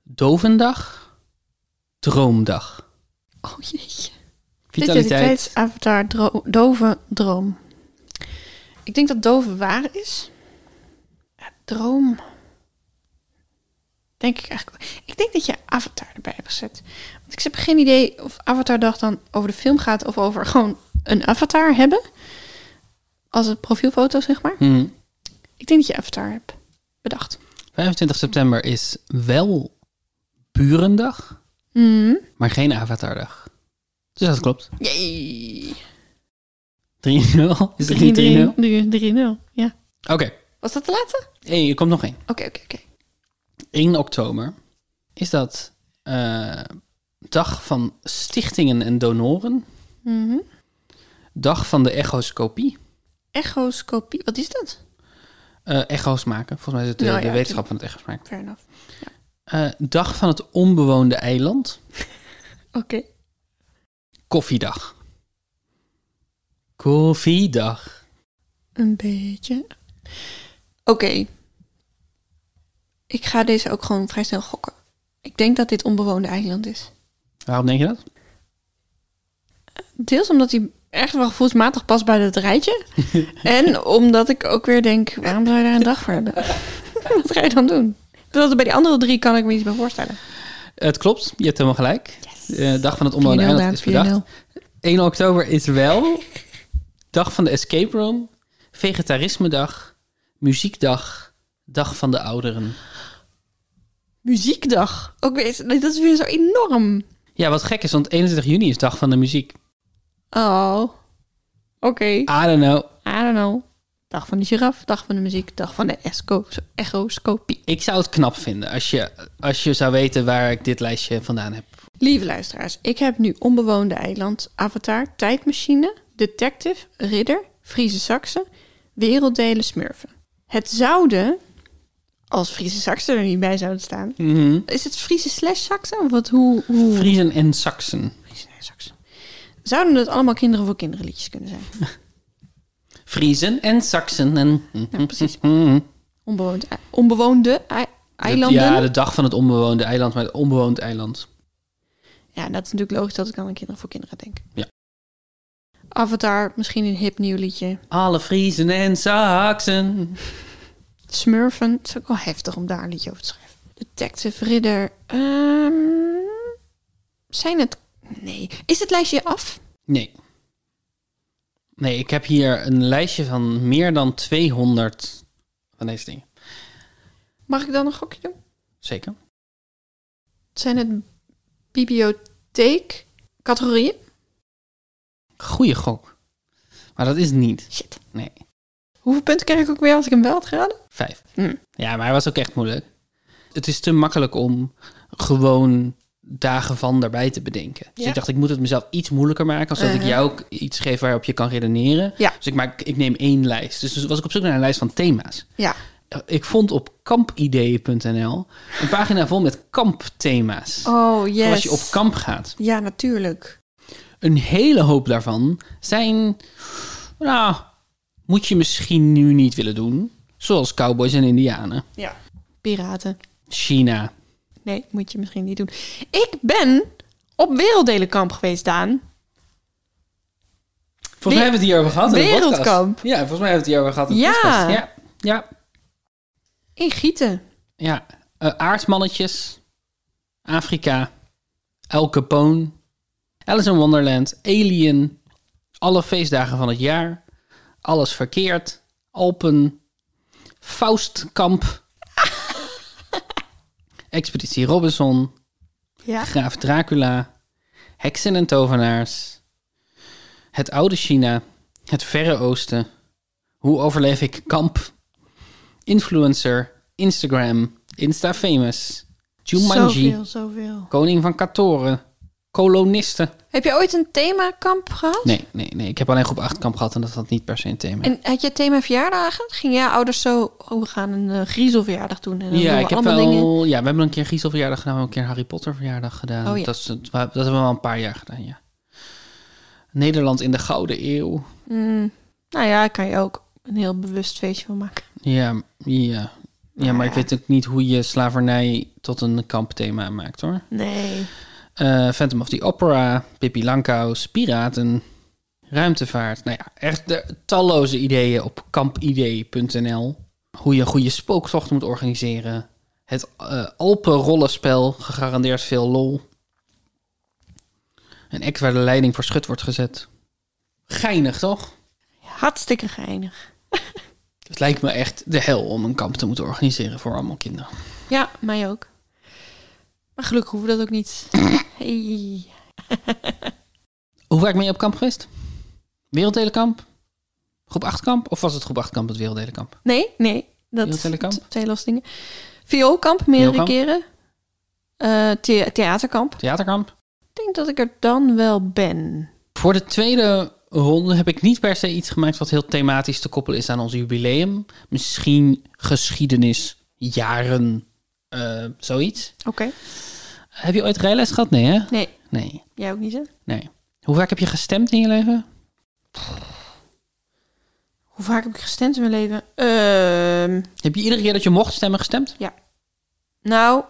Speaker 2: Dovendag. Droomdag.
Speaker 1: Oh jeetje.
Speaker 2: Vitaliteit.
Speaker 1: Avatar, dro- dove, droom. Ik denk dat dove waar is. Ja, droom. Denk ik eigenlijk. wel. Ik denk dat je Avatar erbij hebt gezet. Want ik heb geen idee of Avatardag dan over de film gaat of over gewoon een avatar hebben. Als een profielfoto, zeg maar.
Speaker 2: Hmm.
Speaker 1: Ik denk dat je Avatar hebt bedacht.
Speaker 2: 25 september is wel Burendag,
Speaker 1: Mm.
Speaker 2: maar geen Avatardag. Dus dat klopt. 3-0.
Speaker 1: Yay.
Speaker 2: Is het niet 3-0? Oké.
Speaker 1: 3-0. Ja. Was dat de laatste?
Speaker 2: Hey, er komt nog één.
Speaker 1: Oké, oké, oké.
Speaker 2: 1 oktober is dat eh, dag van stichtingen en donoren,
Speaker 1: Mhm.
Speaker 2: dag van de echoscopie.
Speaker 1: Echoscopie, wat is dat?
Speaker 2: Eh, echo's maken, volgens mij is het de,
Speaker 1: Nou
Speaker 2: de
Speaker 1: ja,
Speaker 2: wetenschap van het echo's maken.
Speaker 1: Fair enough.
Speaker 2: Eh, dag van het onbewoonde eiland,
Speaker 1: Oké.
Speaker 2: koffiedag. Koffiedag.
Speaker 1: Een beetje. Oké. Ik ga deze ook gewoon vrij snel gokken. Ik denk dat dit onbewoonde eiland is.
Speaker 2: Waarom denk je dat?
Speaker 1: Deels omdat hij echt wel gevoelsmatig past bij dat rijtje. en omdat ik ook weer denk, waarom zou je daar een dag voor hebben? Wat ga je dan doen? Terwijl bij die andere drie kan ik me iets bij voorstellen.
Speaker 2: Het klopt, je hebt helemaal gelijk. Eh, dag van het
Speaker 1: 4-0
Speaker 2: onbewoonde eiland is
Speaker 1: Daan, 4-0.
Speaker 2: bedacht. 1 oktober is wel dag van de escape room, vegetarismedag, muziekdag, dag van de ouderen.
Speaker 1: Muziekdag. Ook weer, eens- dat is weer zo enorm.
Speaker 2: Ja, wat gek is, want 21 juni is dag van de muziek.
Speaker 1: Oh. Oké.
Speaker 2: I don't know.
Speaker 1: I don't know. Dag van de giraf, dag van de muziek, dag van de esco- echoscopie.
Speaker 2: Ik zou het knap vinden als je, als je zou weten waar ik dit lijstje vandaan heb.
Speaker 1: Lieve luisteraars, ik heb nu Onbewoonde Eiland, Avatar, Tijdmachine, Detective, Ridder, Friese Saksen, Werelddelen, Smurfen. Het zouden, als Friese Saksen er niet bij zouden staan... Is het Friese slash Saksen? Of wat, hoe, hoe?
Speaker 2: Vriezen Mhm. en Saksen.
Speaker 1: Friese slash Saksen. Zouden het allemaal kinderen voor kinderen liedjes kunnen zijn?
Speaker 2: Vriezen en Saksen. En,
Speaker 1: Nou, precies.
Speaker 2: Mhm.
Speaker 1: Onbewoond, ei- onbewoonde ei- eilanden?
Speaker 2: Ja, de dag van het onbewoonde eiland, maar het onbewoond eiland.
Speaker 1: Ja, dat is natuurlijk logisch dat ik aan kinderen voor kinderen denk.
Speaker 2: Ja.
Speaker 1: Avatar, misschien een hip nieuw liedje.
Speaker 2: Alle Vriezen en Saksen.
Speaker 1: Smurfen, het is ook wel heftig om daar een liedje over te schrijven. Detective Ridder. ehm, zijn het... Nee. Is het lijstje af?
Speaker 2: Nee. Nee, ik heb hier een lijstje van meer dan 200 van deze dingen.
Speaker 1: Mag ik dan een gokje doen?
Speaker 2: Zeker.
Speaker 1: Zijn het bibliotheek categorieën?
Speaker 2: Goeie gok. Maar dat is het niet.
Speaker 1: Shit.
Speaker 2: Nee.
Speaker 1: Hoeveel punten krijg ik ook weer als ik hem wel had geraden?
Speaker 2: Vijf.
Speaker 1: Hm.
Speaker 2: Ja, maar hij was ook echt moeilijk. Het is te makkelijk om gewoon dagen van daarbij te bedenken. Dus
Speaker 1: Ja.
Speaker 2: ik dacht, ik moet het mezelf iets moeilijker maken... als dat ik
Speaker 1: Uh-huh.
Speaker 2: jou ook iets geef waarop je kan redeneren.
Speaker 1: Ja.
Speaker 2: Dus ik, maak, ik neem één lijst. Dus toen was ik op zoek naar een lijst van thema's.
Speaker 1: Ja.
Speaker 2: Ik vond op kampideeën.nl een pagina vol met kampthema's.
Speaker 1: Oh, yes.
Speaker 2: Voor Als je op kamp gaat.
Speaker 1: Ja, natuurlijk.
Speaker 2: Een hele hoop daarvan zijn... Nou, moet je misschien nu niet willen doen. Zoals cowboys en indianen.
Speaker 1: Ja. Piraten.
Speaker 2: China.
Speaker 1: Nee, moet je misschien niet doen. Ik ben op werelddelenkamp geweest, Daan.
Speaker 2: Volgens mij hebben we het hier over gehad. in de podcast.
Speaker 1: Wereldkamp.
Speaker 2: Ja, volgens mij hebben we het hier over gehad. In de
Speaker 1: Ja.
Speaker 2: podcast. ja. Ja.
Speaker 1: In Gieten.
Speaker 2: ja. Eh, aardmannetjes. Afrika. Al Capone, Alice in Wonderland, Alien, alle feestdagen van het jaar, Alles Verkeerd, Alpen, Faustkamp, Expeditie Robinson,
Speaker 1: Ja.
Speaker 2: Graaf Dracula, Heksen en Tovenaars, Het Oude China, Het Verre Oosten, Hoe overleef ik kamp, Influencer, Instagram, Instafamous, Jumanji,
Speaker 1: Zoveel, zoveel.
Speaker 2: Koning van Katoren, Kolonisten.
Speaker 1: Heb je ooit een themakamp gehad?
Speaker 2: Nee, nee, nee. Ik heb alleen groep 8 kamp gehad en dat had niet per se een thema.
Speaker 1: En had je het thema verjaardagen? Ging jij ouders zo, oh, we gaan een eh, griezelverjaardag doen. En dan doen
Speaker 2: ja,
Speaker 1: we
Speaker 2: ik heb
Speaker 1: allemaal
Speaker 2: wel.
Speaker 1: dingen.
Speaker 2: Ja, we hebben een keer een Gieselverjaardag gedaan, we hebben een keer een Harry Potter verjaardag gedaan.
Speaker 1: Oh ja.
Speaker 2: dat, is, het- dat hebben we al een paar jaar gedaan, ja. Nederland in de Gouden Eeuw.
Speaker 1: Mm, nou ja, kan je ook een heel bewust feestje van maken.
Speaker 2: Ja, ja. Ja, maar ik
Speaker 1: Ja.
Speaker 2: weet ook niet hoe je slavernij tot een kampthema maakt hoor.
Speaker 1: Nee.
Speaker 2: Eh, Phantom of the Opera, Pippi Langkous, Piraten, Ruimtevaart. Nou ja, echt de talloze ideeën op kampidee.nl. Hoe je een goede spooktocht moet organiseren. Het eh Alpenrollenspel, gegarandeerd veel lol. Een act waar de leiding voor schut wordt gezet. Geinig toch?
Speaker 1: Hartstikke geinig.
Speaker 2: Het lijkt me echt de hel om een kamp te moeten organiseren voor allemaal kinderen.
Speaker 1: Ja, mij ook. Maar gelukkig hoeven we dat ook niet. Hey.
Speaker 2: Hoe vaak ben je op kamp geweest? Werelddelenkamp? Groep 8 kamp? Of was het groep 8 kamp het Werelddelenkamp?
Speaker 1: Nee, nee. Dat
Speaker 2: Werelddelenkamp?
Speaker 1: twee losse dingen. Vioolkamp meerdere
Speaker 2: Vioolkamp.
Speaker 1: keren. Eh, thea- theaterkamp.
Speaker 2: Theaterkamp?
Speaker 1: Ik denk dat ik er dan wel ben.
Speaker 2: Voor de tweede ronde heb ik niet per se iets gemaakt wat heel thematisch te koppelen is aan ons jubileum. Misschien geschiedenis, jaren, eh, zoiets.
Speaker 1: Oké.
Speaker 2: Heb je ooit rijles gehad? Nee hè?
Speaker 1: Nee,
Speaker 2: Nee,
Speaker 1: jij ook niet hè?
Speaker 2: nee. Hoe vaak heb je gestemd in je leven?
Speaker 1: Hoe vaak heb ik gestemd in mijn leven? Ehm,
Speaker 2: Heb je iedere keer dat je mocht stemmen gestemd?
Speaker 1: nou,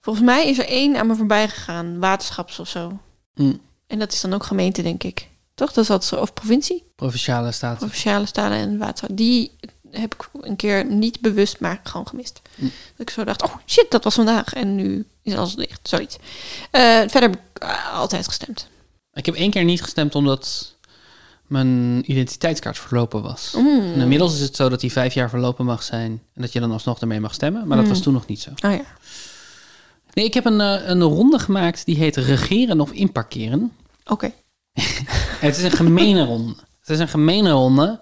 Speaker 1: volgens mij is er één aan me voorbij gegaan. Waterschaps of zo.
Speaker 2: Hm.
Speaker 1: En dat is dan ook gemeente, denk ik. Toch? Dat is altijd zo. Of provincie.
Speaker 2: Provinciale staat.
Speaker 1: Provinciale stalen en waterschap. Die heb ik een keer niet bewust, maar gewoon gemist.
Speaker 2: Hm.
Speaker 1: Dat ik zo dacht, oh shit, dat was vandaag. En nu is alles dicht. Zoiets. Eh, verder heb ik eh, altijd gestemd.
Speaker 2: Ik heb één keer niet gestemd omdat mijn identiteitskaart verlopen was.
Speaker 1: Mm.
Speaker 2: Hm. En inmiddels is het zo dat die vijf jaar verlopen mag zijn en dat je dan alsnog ermee mag stemmen. Maar dat
Speaker 1: Mm.
Speaker 2: was toen nog niet zo.
Speaker 1: Oh ja.
Speaker 2: Nee, ik heb een, eh, een ronde gemaakt die heet Regeren of Inparkeren.
Speaker 1: Oké.
Speaker 2: En het is een gemene ronde. Het is een gemene ronde.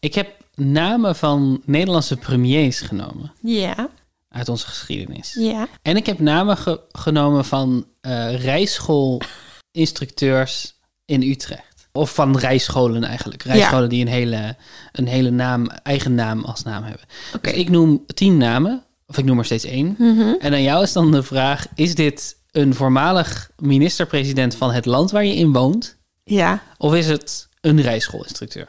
Speaker 2: Ik heb namen van Nederlandse premiers genomen
Speaker 1: Ja.
Speaker 2: uit onze geschiedenis.
Speaker 1: Ja.
Speaker 2: En ik heb namen ge- genomen van eh rijschoolinstructeurs in Utrecht. Of van rijscholen eigenlijk. Rijscholen die een hele, een hele naam, eigen naam als naam hebben.
Speaker 1: Oké.
Speaker 2: Dus ik noem tien namen, of ik noem er steeds één.
Speaker 1: Mhm.
Speaker 2: En aan jou is dan de vraag, is dit een voormalig minister-president van het land waar je in woont?
Speaker 1: Ja.
Speaker 2: Of is het een rijschoolinstructeur?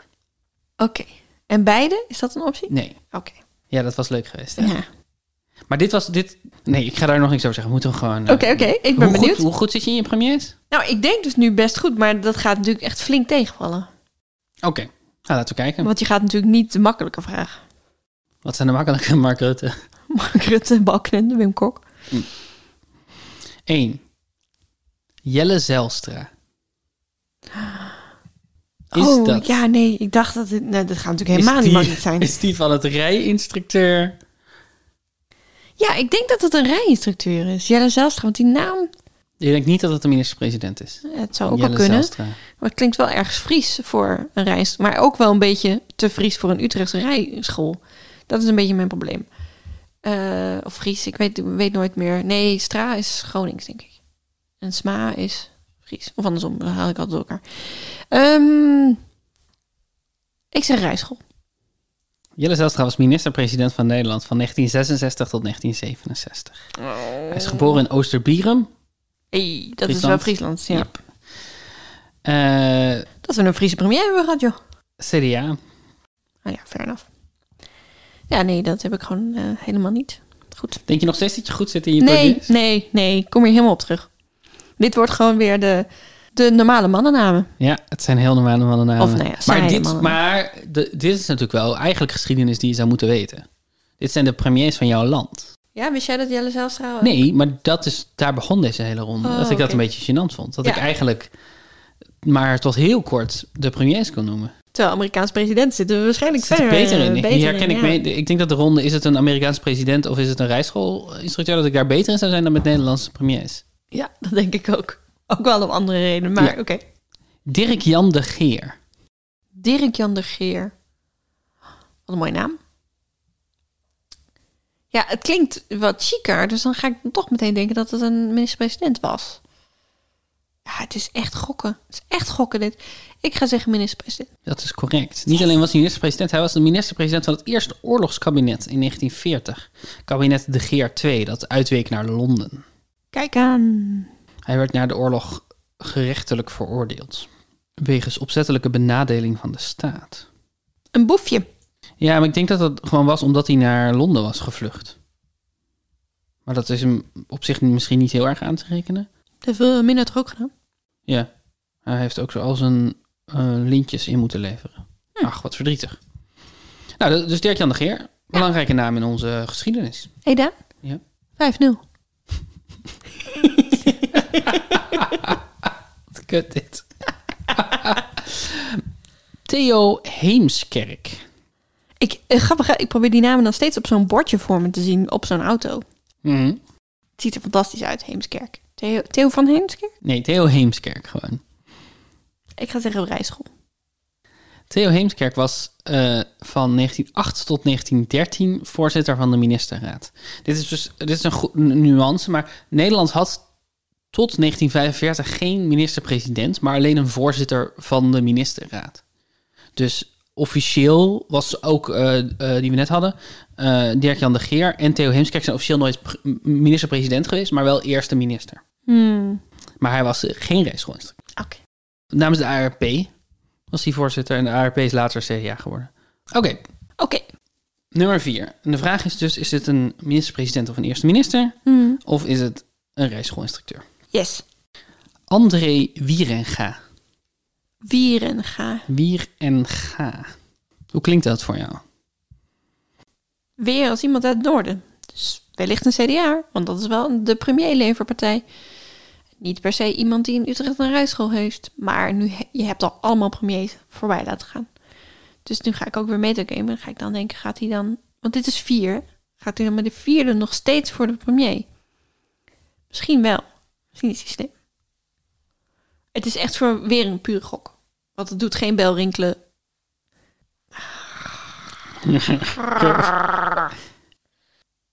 Speaker 1: Oké. En beide? Is dat een optie?
Speaker 2: Nee.
Speaker 1: Oké.
Speaker 2: Ja, dat was leuk geweest. hè?
Speaker 1: Ja.
Speaker 2: Maar dit was dit. Nee, ik ga daar nog niks over zeggen. We moeten hem gewoon. eh,
Speaker 1: Oké, oké. Ik
Speaker 2: hoe
Speaker 1: ben
Speaker 2: goed-
Speaker 1: benieuwd.
Speaker 2: hoe goed zit je in je premiers?
Speaker 1: Nou, ik denk dus nu best goed, maar dat gaat natuurlijk echt flink tegenvallen.
Speaker 2: Oké, nou, laten we kijken.
Speaker 1: Want je gaat natuurlijk niet de makkelijke vraag.
Speaker 2: Wat zijn de makkelijke Mark Rutte?
Speaker 1: Mark Rutte, Balkenende, Wim Kok.
Speaker 2: 1. Jelle Zelstra. Is
Speaker 1: oh,
Speaker 2: dat,
Speaker 1: ja, nee, ik dacht dat dit... Nee, dat gaat natuurlijk
Speaker 2: is
Speaker 1: helemaal niet
Speaker 2: die-
Speaker 1: makkelijk zijn.
Speaker 2: Is die van het rijinstructeur?
Speaker 1: Ja, ik denk dat het een rijinstructeur is. Jelle Zelstra, want die naam...
Speaker 2: Je denkt niet dat het de minister-president is.
Speaker 1: eh, Het zou ook
Speaker 2: Jelle
Speaker 1: wel kunnen.
Speaker 2: Zijlstra.
Speaker 1: Maar het klinkt wel ergens Fries voor een reis. Maar ook wel een beetje te Fries voor een Utrechtse rijschool. Dat is een beetje mijn probleem. Eh, of Fries, ik weet, weet nooit meer. Nee, Stra is Gronings, denk ik. En Sma is Fries. Of andersom, dat haal ik altijd door elkaar. Ehm, ik zeg rijschool.
Speaker 2: Jelle Zelstra was minister-president van Nederland van 1966 tot 1967. Hij
Speaker 1: Oh.
Speaker 2: is geboren in Oosterbierum.
Speaker 1: Hey, dat is
Speaker 2: Oh. Friesland.
Speaker 1: wel Friesland, ja.
Speaker 2: Yep. Eh,
Speaker 1: Dat we een Friese premier hebben gehad, joh.
Speaker 2: CDA.
Speaker 1: Nou ja, fair enough. Ja, nee, dat heb ik gewoon eh, helemaal niet. Goed.
Speaker 2: Denk je nog steeds dat je goed zit in je
Speaker 1: Nee,
Speaker 2: premiers?
Speaker 1: nee, nee. Ik Kom hier helemaal op terug. Dit wordt gewoon weer de, de normale mannennamen.
Speaker 2: Ja, het zijn heel normale mannennamen.
Speaker 1: Of nou ja, saaie
Speaker 2: maar dit,
Speaker 1: mannen.
Speaker 2: maar de- dit is natuurlijk wel eigenlijk geschiedenis die je zou moeten weten. Dit zijn de premiers van jouw land.
Speaker 1: Ja, wist jij dat Jelle Zijlstra... eh,
Speaker 2: Nee, maar dat is, daar begon deze hele ronde.
Speaker 1: Oh,
Speaker 2: dat ik dat
Speaker 1: oké.
Speaker 2: een beetje gênant vond. Dat
Speaker 1: Ja.
Speaker 2: ik eigenlijk maar tot heel kort de premiers kon noemen.
Speaker 1: Terwijl Amerikaans president zitten we waarschijnlijk
Speaker 2: Zit er
Speaker 1: verder,
Speaker 2: beter in.
Speaker 1: eh,
Speaker 2: Ik-
Speaker 1: beter
Speaker 2: Hier herken
Speaker 1: in,
Speaker 2: ik
Speaker 1: ja.
Speaker 2: mee. Ik denk dat de ronde, is het een Amerikaans president of is het een rijschoolinstructeur, dat ik daar beter in zou zijn dan met Nederlandse premiers.
Speaker 1: Ja, dat denk ik ook. Ook wel om andere redenen, maar
Speaker 2: Ja.
Speaker 1: oké.
Speaker 2: Dirk Jan de Geer.
Speaker 1: Dirk-Jan de Geer. Wat een mooie naam. Ja, het klinkt wat chiquer, dus dan ga ik toch meteen denken dat het een minister-president was. Ja, het is echt gokken. Het is echt gokken dit. Ik ga zeggen minister-president.
Speaker 2: Dat is correct. Niet alleen was hij minister-president, hij was de minister-president van het eerste oorlogskabinet in 1940. Kabinet de Geer II, dat uitweek naar Londen.
Speaker 1: Kijk aan.
Speaker 2: Hij werd na de oorlog gerechtelijk veroordeeld. Wegens opzettelijke benadeling van de staat.
Speaker 1: Een boefje.
Speaker 2: Ja, maar ik denk dat dat gewoon was omdat hij naar Londen was gevlucht. Maar dat is hem op zich misschien niet heel erg aan te rekenen.
Speaker 1: Heeft veel minder het ook gedaan.
Speaker 2: Ja, hij heeft ook zo al zijn eh, lintjes in moeten leveren. Ach, wat verdrietig. Nou, dat- dus Dirk-Jan de Geer. Belangrijke naam in onze eh, geschiedenis.
Speaker 1: Hé Daan?
Speaker 2: Ja.
Speaker 1: 5-0.
Speaker 2: Wat kut dit. Theo Heemskerk.
Speaker 1: Ik, eh, grappig, hè? ik probeer die namen dan steeds op zo'n bordje voor me te zien op zo'n auto.
Speaker 2: Mhm.
Speaker 1: Het ziet er fantastisch uit, Heemskerk. Theo, Theo van Heemskerk?
Speaker 2: Nee, Theo Heemskerk gewoon.
Speaker 1: Ik ga zeggen Rijschool.
Speaker 2: Theo Heemskerk was eh, van 1908 tot 1913 voorzitter van de ministerraad. Dit is dus dit is een goe- een nuance, maar Nederland had tot 1945 geen minister-president, maar alleen een voorzitter van de ministerraad. Dus officieel was ook, eh, eh, die we net hadden, eh, Dirk-Jan de Geer en Theo Heemskerk zijn officieel nooit pr- minister-president geweest, maar wel eerste minister.
Speaker 1: Hmm.
Speaker 2: Maar hij was eh, geen rijschoolminister.
Speaker 1: Oké.
Speaker 2: Namens de ARP was hij voorzitter en de ARP is later CDA geworden. Oké,
Speaker 1: Oké.
Speaker 2: nummer vier. En de vraag is dus, is dit een minister-president of een eerste minister?
Speaker 1: Hmm.
Speaker 2: Of is het een rijschoolinstructeur?
Speaker 1: Yes.
Speaker 2: André Wierenga.
Speaker 1: Wierenga.
Speaker 2: Wierenga. Hoe klinkt dat voor jou?
Speaker 1: Weer als iemand uit het noorden. Dus wellicht een CDA, want dat is wel de premierleverpartij. Niet per se iemand die in Utrecht een rijschool heeft. Maar nu, he- je hebt al allemaal premiers voorbij laten gaan. Dus nu ga ik ook weer metagamen. Dan ga ik dan denken, gaat hij dan... Want dit is vier. Gaat hij dan met de vierde nog steeds voor de premier? Misschien wel. Misschien is hij slim. Het is echt voor weer een pure gok. Want het doet geen bel rinkelen.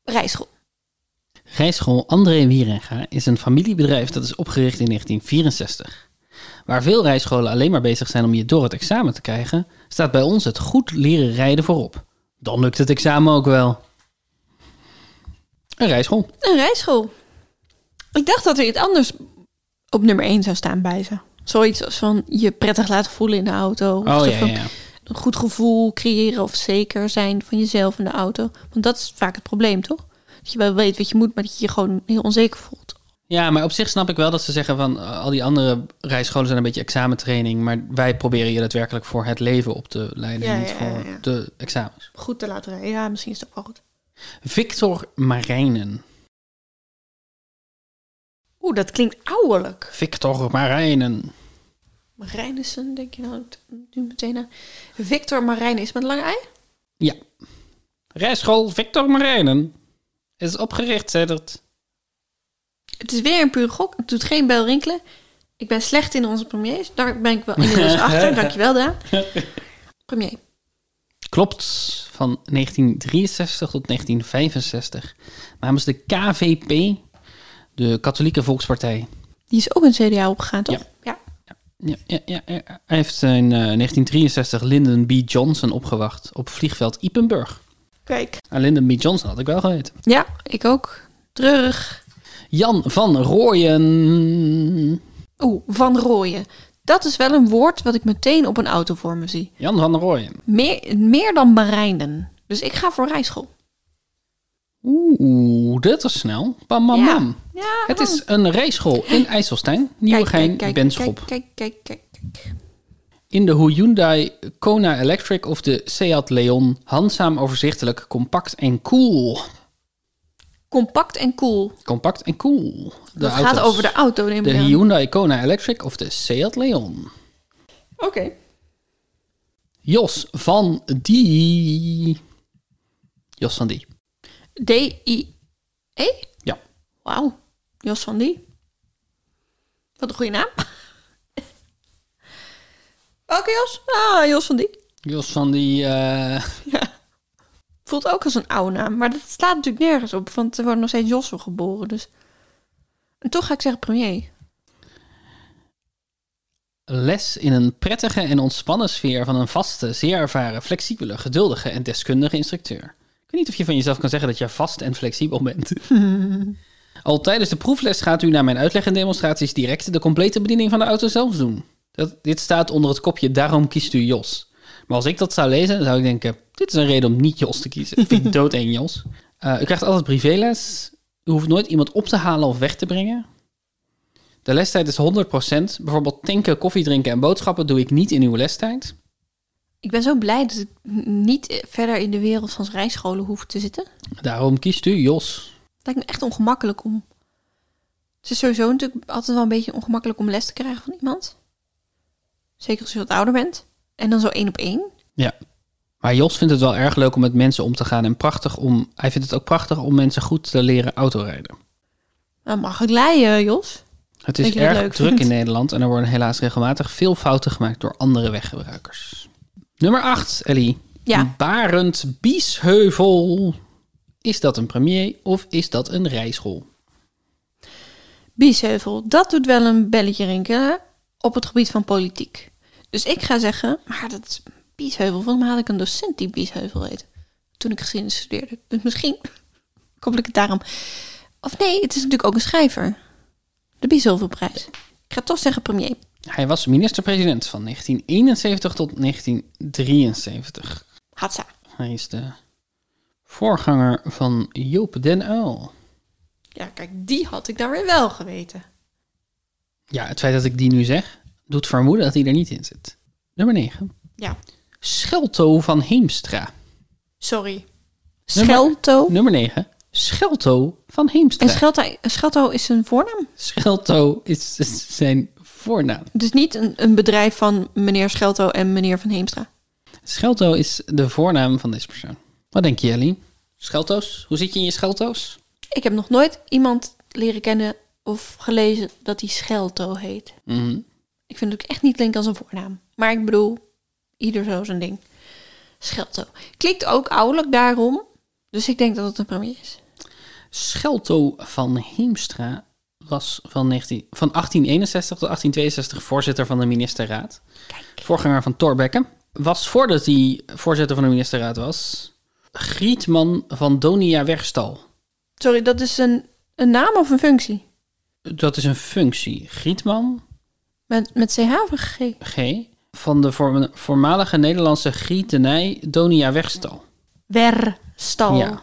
Speaker 1: Rijschool.
Speaker 2: Rijschool André Wierenga is een familiebedrijf dat is opgericht in 1964. Waar veel rijscholen alleen maar bezig zijn om je door het examen te krijgen, staat bij ons het goed leren rijden voorop. Dan lukt het examen ook wel. Een rijschool.
Speaker 1: Een rijschool. Ik dacht dat er iets anders op nummer 1 zou staan bij ze. Zoiets als van je prettig laten voelen in de auto. Of
Speaker 2: Oh
Speaker 1: zo
Speaker 2: ja, ja,
Speaker 1: van
Speaker 2: ja.
Speaker 1: Een goed gevoel creëren of zeker zijn van jezelf in de auto. Want dat is vaak het probleem, toch? Dat je wel weet wat je moet, maar dat je je gewoon heel onzeker voelt.
Speaker 2: Ja, maar op zich snap ik wel dat ze zeggen van eh, al die andere rijscholen zijn een beetje examentraining, maar wij proberen je daadwerkelijk voor het leven op te leiden,
Speaker 1: Ja,
Speaker 2: niet
Speaker 1: ja,
Speaker 2: voor
Speaker 1: ja, ja.
Speaker 2: de examens.
Speaker 1: Goed te laten rijden. Ja, misschien is dat wel goed.
Speaker 2: Victor Marijnen.
Speaker 1: Oeh, dat klinkt ouderlijk.
Speaker 2: Victor Marijnen.
Speaker 1: Marijnissen, denk je nou nu meteen aan. Victor Marijnissen is met lange ei?
Speaker 2: Ja. Rijschool Victor Marijnen is opgericht sedert.
Speaker 1: Het is weer een pure gok. Het doet geen bel rinkelen. Ik ben slecht in onze premiers. Daar ben ik wel inmiddels achter. Dankjewel, Daan. Premier.
Speaker 2: Klopt, van 1963 tot 1965 namens de KVP, de Katholieke Volkspartij.
Speaker 1: Die is ook een CDA opgegaan, toch?
Speaker 2: Ja.
Speaker 1: ja.
Speaker 2: Ja, ja, ja, ja. Hij heeft in eh, 1963 Lyndon B. Johnson opgewacht op vliegveld Ipenburg.
Speaker 1: Kijk.
Speaker 2: Ah, Lyndon B. Johnson had ik wel geweten.
Speaker 1: Ja, ik ook. Treurig.
Speaker 2: Jan van Rooyen.
Speaker 1: Oeh, Van Rooyen. Dat is wel een woord wat ik meteen op een auto voor me zie.
Speaker 2: Jan van Rooyen.
Speaker 1: Meer, meer dan Marijnen. Dus ik ga voor rijschool.
Speaker 2: Oeh, dat was snel. Bam, bam,
Speaker 1: ja.
Speaker 2: bam.
Speaker 1: Ja,
Speaker 2: Het is een rijschool in IJsselstein, Nieuwegein, Benschop.
Speaker 1: Kijk, kijk, kijk, kijk, kijk.
Speaker 2: In de Hyundai Kona Electric of de Seat Leon. Handzaam, overzichtelijk, compact en cool.
Speaker 1: Compact en cool.
Speaker 2: Compact en cool. De
Speaker 1: dat gaat
Speaker 2: auto's.
Speaker 1: over de auto, neem
Speaker 2: De
Speaker 1: ik aan.
Speaker 2: Hyundai Kona Electric of de Seat Leon.
Speaker 1: Oké.
Speaker 2: Jos van die. Jos van die.
Speaker 1: D-I-E? E?
Speaker 2: Ja.
Speaker 1: Wauw. Jos van Die. Wat een goede naam. Welke Jos? Ah, Jos van Die.
Speaker 2: Jos van die. eh,
Speaker 1: Ja. Voelt ook als een oude naam. Maar dat slaat natuurlijk nergens op. Want er worden nog steeds Jossen geboren. Dus... En toch ga ik zeggen premier.
Speaker 2: les in een prettige en ontspannen sfeer van een vaste, zeer ervaren, flexibele, geduldige en deskundige instructeur. Ik weet niet of je van jezelf kan zeggen dat je vast en flexibel bent. Al tijdens de proefles gaat u na mijn uitleg en demonstraties direct de complete bediening van de auto zelf doen. Dat, dit staat onder het kopje Daarom kiest u Jos. Maar als ik dat zou lezen, dan zou ik denken: Dit is een reden om niet Jos te kiezen. Ik vind dood en Jos. Eh, u krijgt altijd privéles. U hoeft nooit iemand op te halen of weg te brengen. De lestijd is 100%. Bijvoorbeeld tanken, koffie drinken en boodschappen doe ik niet in uw lestijd.
Speaker 1: Ik ben zo blij dat ik n- niet verder in de wereld van rijscholen hoef te zitten.
Speaker 2: Daarom kiest u Jos.
Speaker 1: lijkt me echt ongemakkelijk om. Het is sowieso natuurlijk altijd wel een beetje ongemakkelijk om les te krijgen van iemand. Zeker als je wat ouder bent. En dan zo één op één.
Speaker 2: Ja. Maar Jos vindt het wel erg leuk om met mensen om te gaan en prachtig om. Hij vindt het ook prachtig om mensen goed te leren autorijden.
Speaker 1: Dan Nou, mag ik leien, eh, Jos.
Speaker 2: Het is
Speaker 1: Dat je dat
Speaker 2: erg
Speaker 1: leuk
Speaker 2: druk
Speaker 1: vindt.
Speaker 2: in Nederland en er worden helaas regelmatig veel fouten gemaakt door andere weggebruikers. Nummer 8, Ellie.
Speaker 1: Ja.
Speaker 2: Barend Biesheuvel. Is dat een premier of is dat een rijschool?
Speaker 1: Biesheuvel, dat doet wel een belletje rinkelen op het gebied van politiek. Dus ik ga zeggen, maar dat is Biesheuvel. Volgens mij had ik een docent die Biesheuvel heet. Toen ik geschiedenis studeerde. Dus misschien koppel ik het daarom. Of nee, het is natuurlijk ook een schrijver. De Biesheuvelprijs. Ik ga toch zeggen premier.
Speaker 2: Hij was minister-president van 1971 tot 1973.
Speaker 1: Hatsa.
Speaker 2: Hij is de voorganger van Joop den Uyl.
Speaker 1: Ja, kijk, die had ik daar weer wel geweten.
Speaker 2: Ja, het feit dat ik die nu zeg, doet vermoeden dat hij er niet in zit. Nummer 9.
Speaker 1: Ja,
Speaker 2: Schelto van Heemstra.
Speaker 1: sorry.
Speaker 2: Nummer-
Speaker 1: Schelto.
Speaker 2: Nummer 9. Schelto van Heemstra.
Speaker 1: En Schelto, Schelto is een voornaam.
Speaker 2: Schelto is zijn voornaam.
Speaker 1: Dus niet een, een bedrijf van meneer Schelto en meneer Van Heemstra.
Speaker 2: Schelto is de voornaam van deze persoon. Wat denk je, Ellie? Schelto's? Hoe zit je in je Schelto's?
Speaker 1: Ik heb nog nooit iemand leren kennen of gelezen dat hij Schelto heet.
Speaker 2: Mhm.
Speaker 1: Ik vind het ook echt niet klinken als een voornaam. Maar ik bedoel, ieder zo zijn ding. Schelto. Klinkt ook ouderlijk daarom. Dus ik denk dat het een premier is.
Speaker 2: Schelto van Heemstra was van, 19, van 1861 tot 1862 voorzitter van de ministerraad.
Speaker 1: Kijk.
Speaker 2: Voorganger van Thorbecke. Was voordat hij voorzitter van de ministerraad was, Grietman van Donia Wegstal.
Speaker 1: Sorry, dat is een, een naam of een functie?
Speaker 2: Dat is een functie. Grietman
Speaker 1: Met, met CH of G?
Speaker 2: G. Van de voorm- voormalige Nederlandse grietenij Donia Wegstal.
Speaker 1: Werstal.
Speaker 2: Ja.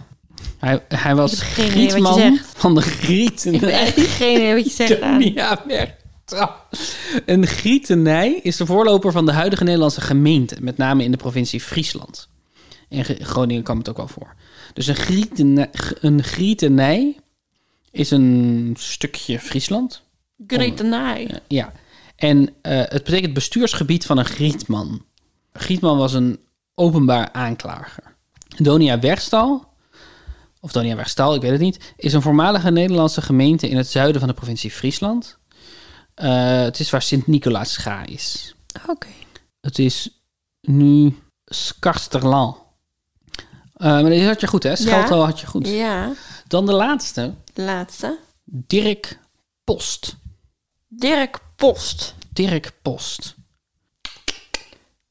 Speaker 2: Hij,
Speaker 1: Oh.
Speaker 2: hij
Speaker 1: Ik
Speaker 2: was
Speaker 1: heb geen idee wat je
Speaker 2: Grietman
Speaker 1: zegt.
Speaker 2: van de
Speaker 1: Ik heb
Speaker 2: grietenij.
Speaker 1: echt geen idee wat je zegt aan.
Speaker 2: Donia Bertram. Een grietenij is de voorloper van de huidige Nederlandse gemeente, met name in de provincie Friesland. In Gr- Groningen kwam het ook wel voor. Dus een grietenij, een grietenij is een stukje Friesland.
Speaker 1: Gretenaai.
Speaker 2: Ja. En eh, het betekent bestuursgebied van een grietman. Grietman was een openbaar aanklager. Donia Wegstal, of Donia Wegstal, ik weet het niet, is een voormalige Nederlandse gemeente in het zuiden van de provincie Friesland. Eh, het is waar Sint-Nicolaas-Scha is.
Speaker 1: Oké.
Speaker 2: Het is nu Skarsterland. Eh, maar deze had je goed, hè? Schelto had je goed.
Speaker 1: Ja,
Speaker 2: Dan de laatste,
Speaker 1: de laatste.
Speaker 2: Dirk Post.
Speaker 1: Dirk Post.
Speaker 2: Dirk Post.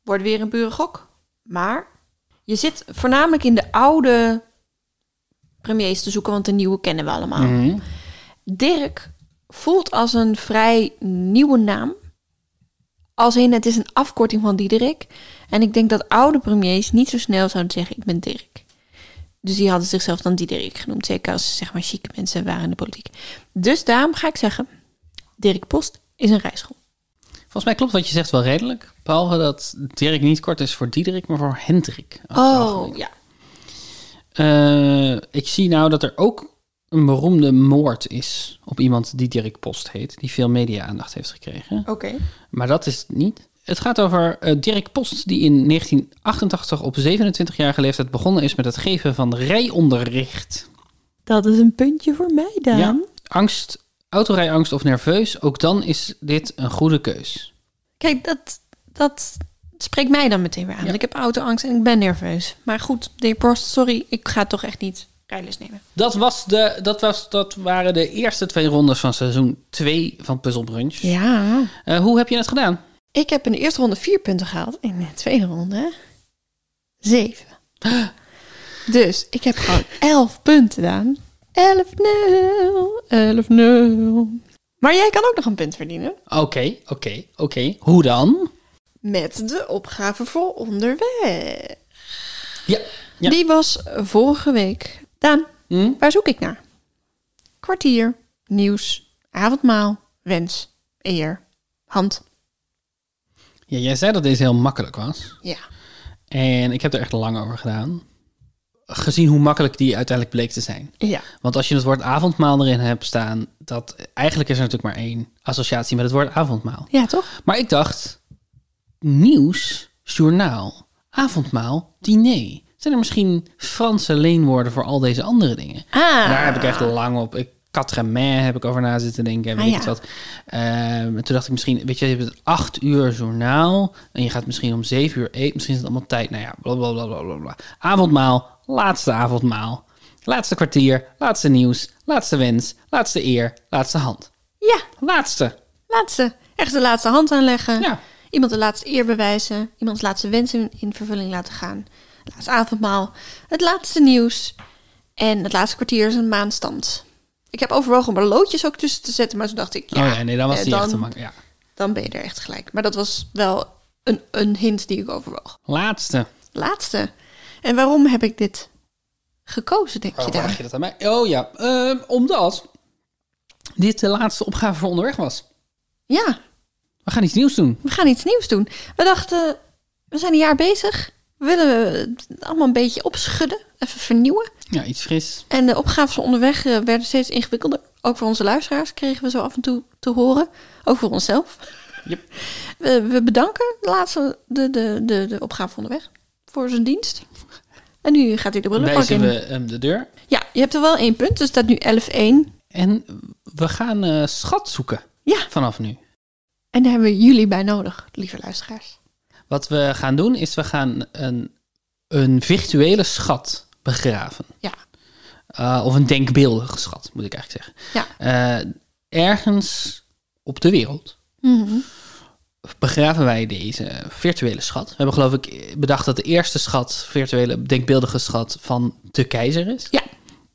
Speaker 1: Wordt weer een burengok. Maar je zit voornamelijk in de oude premiers te zoeken, want de nieuwe kennen we allemaal.
Speaker 2: Mhm.
Speaker 1: Dirk voelt als een vrij nieuwe naam. Als in het is een afkorting van Diederik. En ik denk dat oude premiers niet zo snel zouden zeggen: Ik ben Dirk. Dus die hadden zichzelf dan Diederik genoemd. Zeker als ze zeg maar chique mensen waren in de politiek. Dus daarom ga ik zeggen: Dirk Post is een rijschool.
Speaker 2: Volgens mij klopt wat je zegt wel redelijk. Behalve dat Dirk niet kort is voor Diederik, maar voor Hendrik.
Speaker 1: Oh ja.
Speaker 2: Eh, ik zie nou dat er ook een beroemde moord is op iemand die Dirk Post heet, die veel media-aandacht heeft gekregen.
Speaker 1: Oké.
Speaker 2: Maar dat is het niet. Het gaat over eh, Dirk Post, die in 1988 op 27-jarige leeftijd begonnen is met het geven van rijonderricht.
Speaker 3: Dat is een puntje voor mij, Daan.
Speaker 2: Angst, autorijangst of nerveus, ook dan is dit een goede keus.
Speaker 1: Kijk, dat, dat spreekt mij dan meteen weer aan. Want ik heb autoangst en ik ben nerveus. Maar goed, de heer Borst, sorry, ik ga toch echt niet rijles nemen.
Speaker 2: Dat, was de, dat, was, dat waren de eerste twee rondes van seizoen 2 van Puzzle Brunch.
Speaker 1: Ja.
Speaker 2: Eh, hoe heb je het gedaan?
Speaker 1: Ik heb in de eerste ronde vier punten gehaald. In de tweede ronde zeven. Dus ik heb gewoon elf punten gedaan. 11-0. 11-0. Maar jij kan ook nog een punt verdienen.
Speaker 2: Oké, oké, oké. Hoe dan?
Speaker 1: Met de opgave voor onderweg.
Speaker 2: Ja. ja.
Speaker 1: Die was vorige week. Daan,
Speaker 2: Hm?
Speaker 1: Waar zoek ik naar? Kwartier, nieuws, avondmaal, wens, eer, hand.
Speaker 2: ja. Jij zei dat deze heel makkelijk was.
Speaker 1: Ja.
Speaker 2: En ik heb er echt lang over gedaan. Gezien hoe makkelijk die uiteindelijk bleek te zijn.
Speaker 1: Ja.
Speaker 2: Want als je het woord avondmaal erin hebt staan, dat eigenlijk is er natuurlijk maar één associatie met het woord avondmaal.
Speaker 1: Ja, toch?
Speaker 2: Maar ik dacht, nieuws, journaal, avondmaal, diner. Zijn er misschien Franse leenwoorden voor al deze andere dingen?
Speaker 1: Ah.
Speaker 2: Daar heb ik echt lang op. Ik, quatre mains heb ik over na zitten denken. en
Speaker 1: Ah,
Speaker 2: weet
Speaker 1: ja.
Speaker 2: ik wat. Ehm, en toen dacht ik misschien, weet je, je hebt het acht uur journaal. En je gaat misschien om zeven uur eten. Misschien is het allemaal tijd. Nou ja, blablabla. Bla, bla, bla. Avondmaal, laatste avondmaal. Laatste kwartier, laatste nieuws, laatste wens, laatste eer, laatste hand.
Speaker 1: Ja,
Speaker 2: Laatste. Oh
Speaker 1: laatste. Echt de laatste hand aanleggen.
Speaker 2: Ja.
Speaker 1: Iemand de laatste eer bewijzen. Iemands laatste wens in, in vervulling laten gaan. Het laatste avondmaal. Het laatste nieuws. En het laatste kwartier is een maanstand. Ik heb overwogen om er loodjes ook tussen te zetten, maar toen dacht ik, ja,
Speaker 2: oh ja, nee, dan was
Speaker 1: eh,
Speaker 2: die echt te
Speaker 1: dan-
Speaker 2: makkelijk. Ja.
Speaker 1: dan ben je er echt gelijk. Maar dat was wel een, een hint die ik overwoog.
Speaker 2: Laatste.
Speaker 1: laatste. En waarom heb ik dit gekozen, denk je
Speaker 2: Waarom
Speaker 1: daar?
Speaker 2: vraag je dat aan mij? Oh ja, ehm, omdat dit de laatste opgave voor onderweg was.
Speaker 1: Ja,
Speaker 2: We gaan iets nieuws doen.
Speaker 1: we gaan iets nieuws doen. We dachten, we zijn een jaar bezig. Willen we het allemaal een beetje opschudden, even vernieuwen.
Speaker 2: Ja, iets fris.
Speaker 1: En de opgaves onderweg eh, werden steeds ingewikkelder. Ook voor onze luisteraars kregen we zo af en toe te horen. Ook voor onszelf.
Speaker 2: Yep.
Speaker 1: We, we bedanken de laatste, de, de, de, de opgave onderweg voor zijn dienst. En nu gaat hij de brullenpak
Speaker 2: Wijzen
Speaker 1: in.
Speaker 2: we hem de deur.
Speaker 1: Ja, je hebt er wel één punt, dus staat nu 11-1.
Speaker 2: En we gaan eh, schat zoeken
Speaker 1: Ja,
Speaker 2: vanaf nu.
Speaker 1: En daar hebben we jullie bij nodig, lieve luisteraars.
Speaker 2: Wat we gaan doen is we gaan een, een virtuele schat begraven.
Speaker 1: Ja.
Speaker 2: Eh, of een denkbeeldige schat, moet ik eigenlijk zeggen. Eh, ergens op de wereld
Speaker 1: Mhm.
Speaker 2: begraven wij deze virtuele schat. We hebben geloof ik bedacht dat de eerste schat, virtuele denkbeeldige schat, van de keizer is.
Speaker 1: Ja.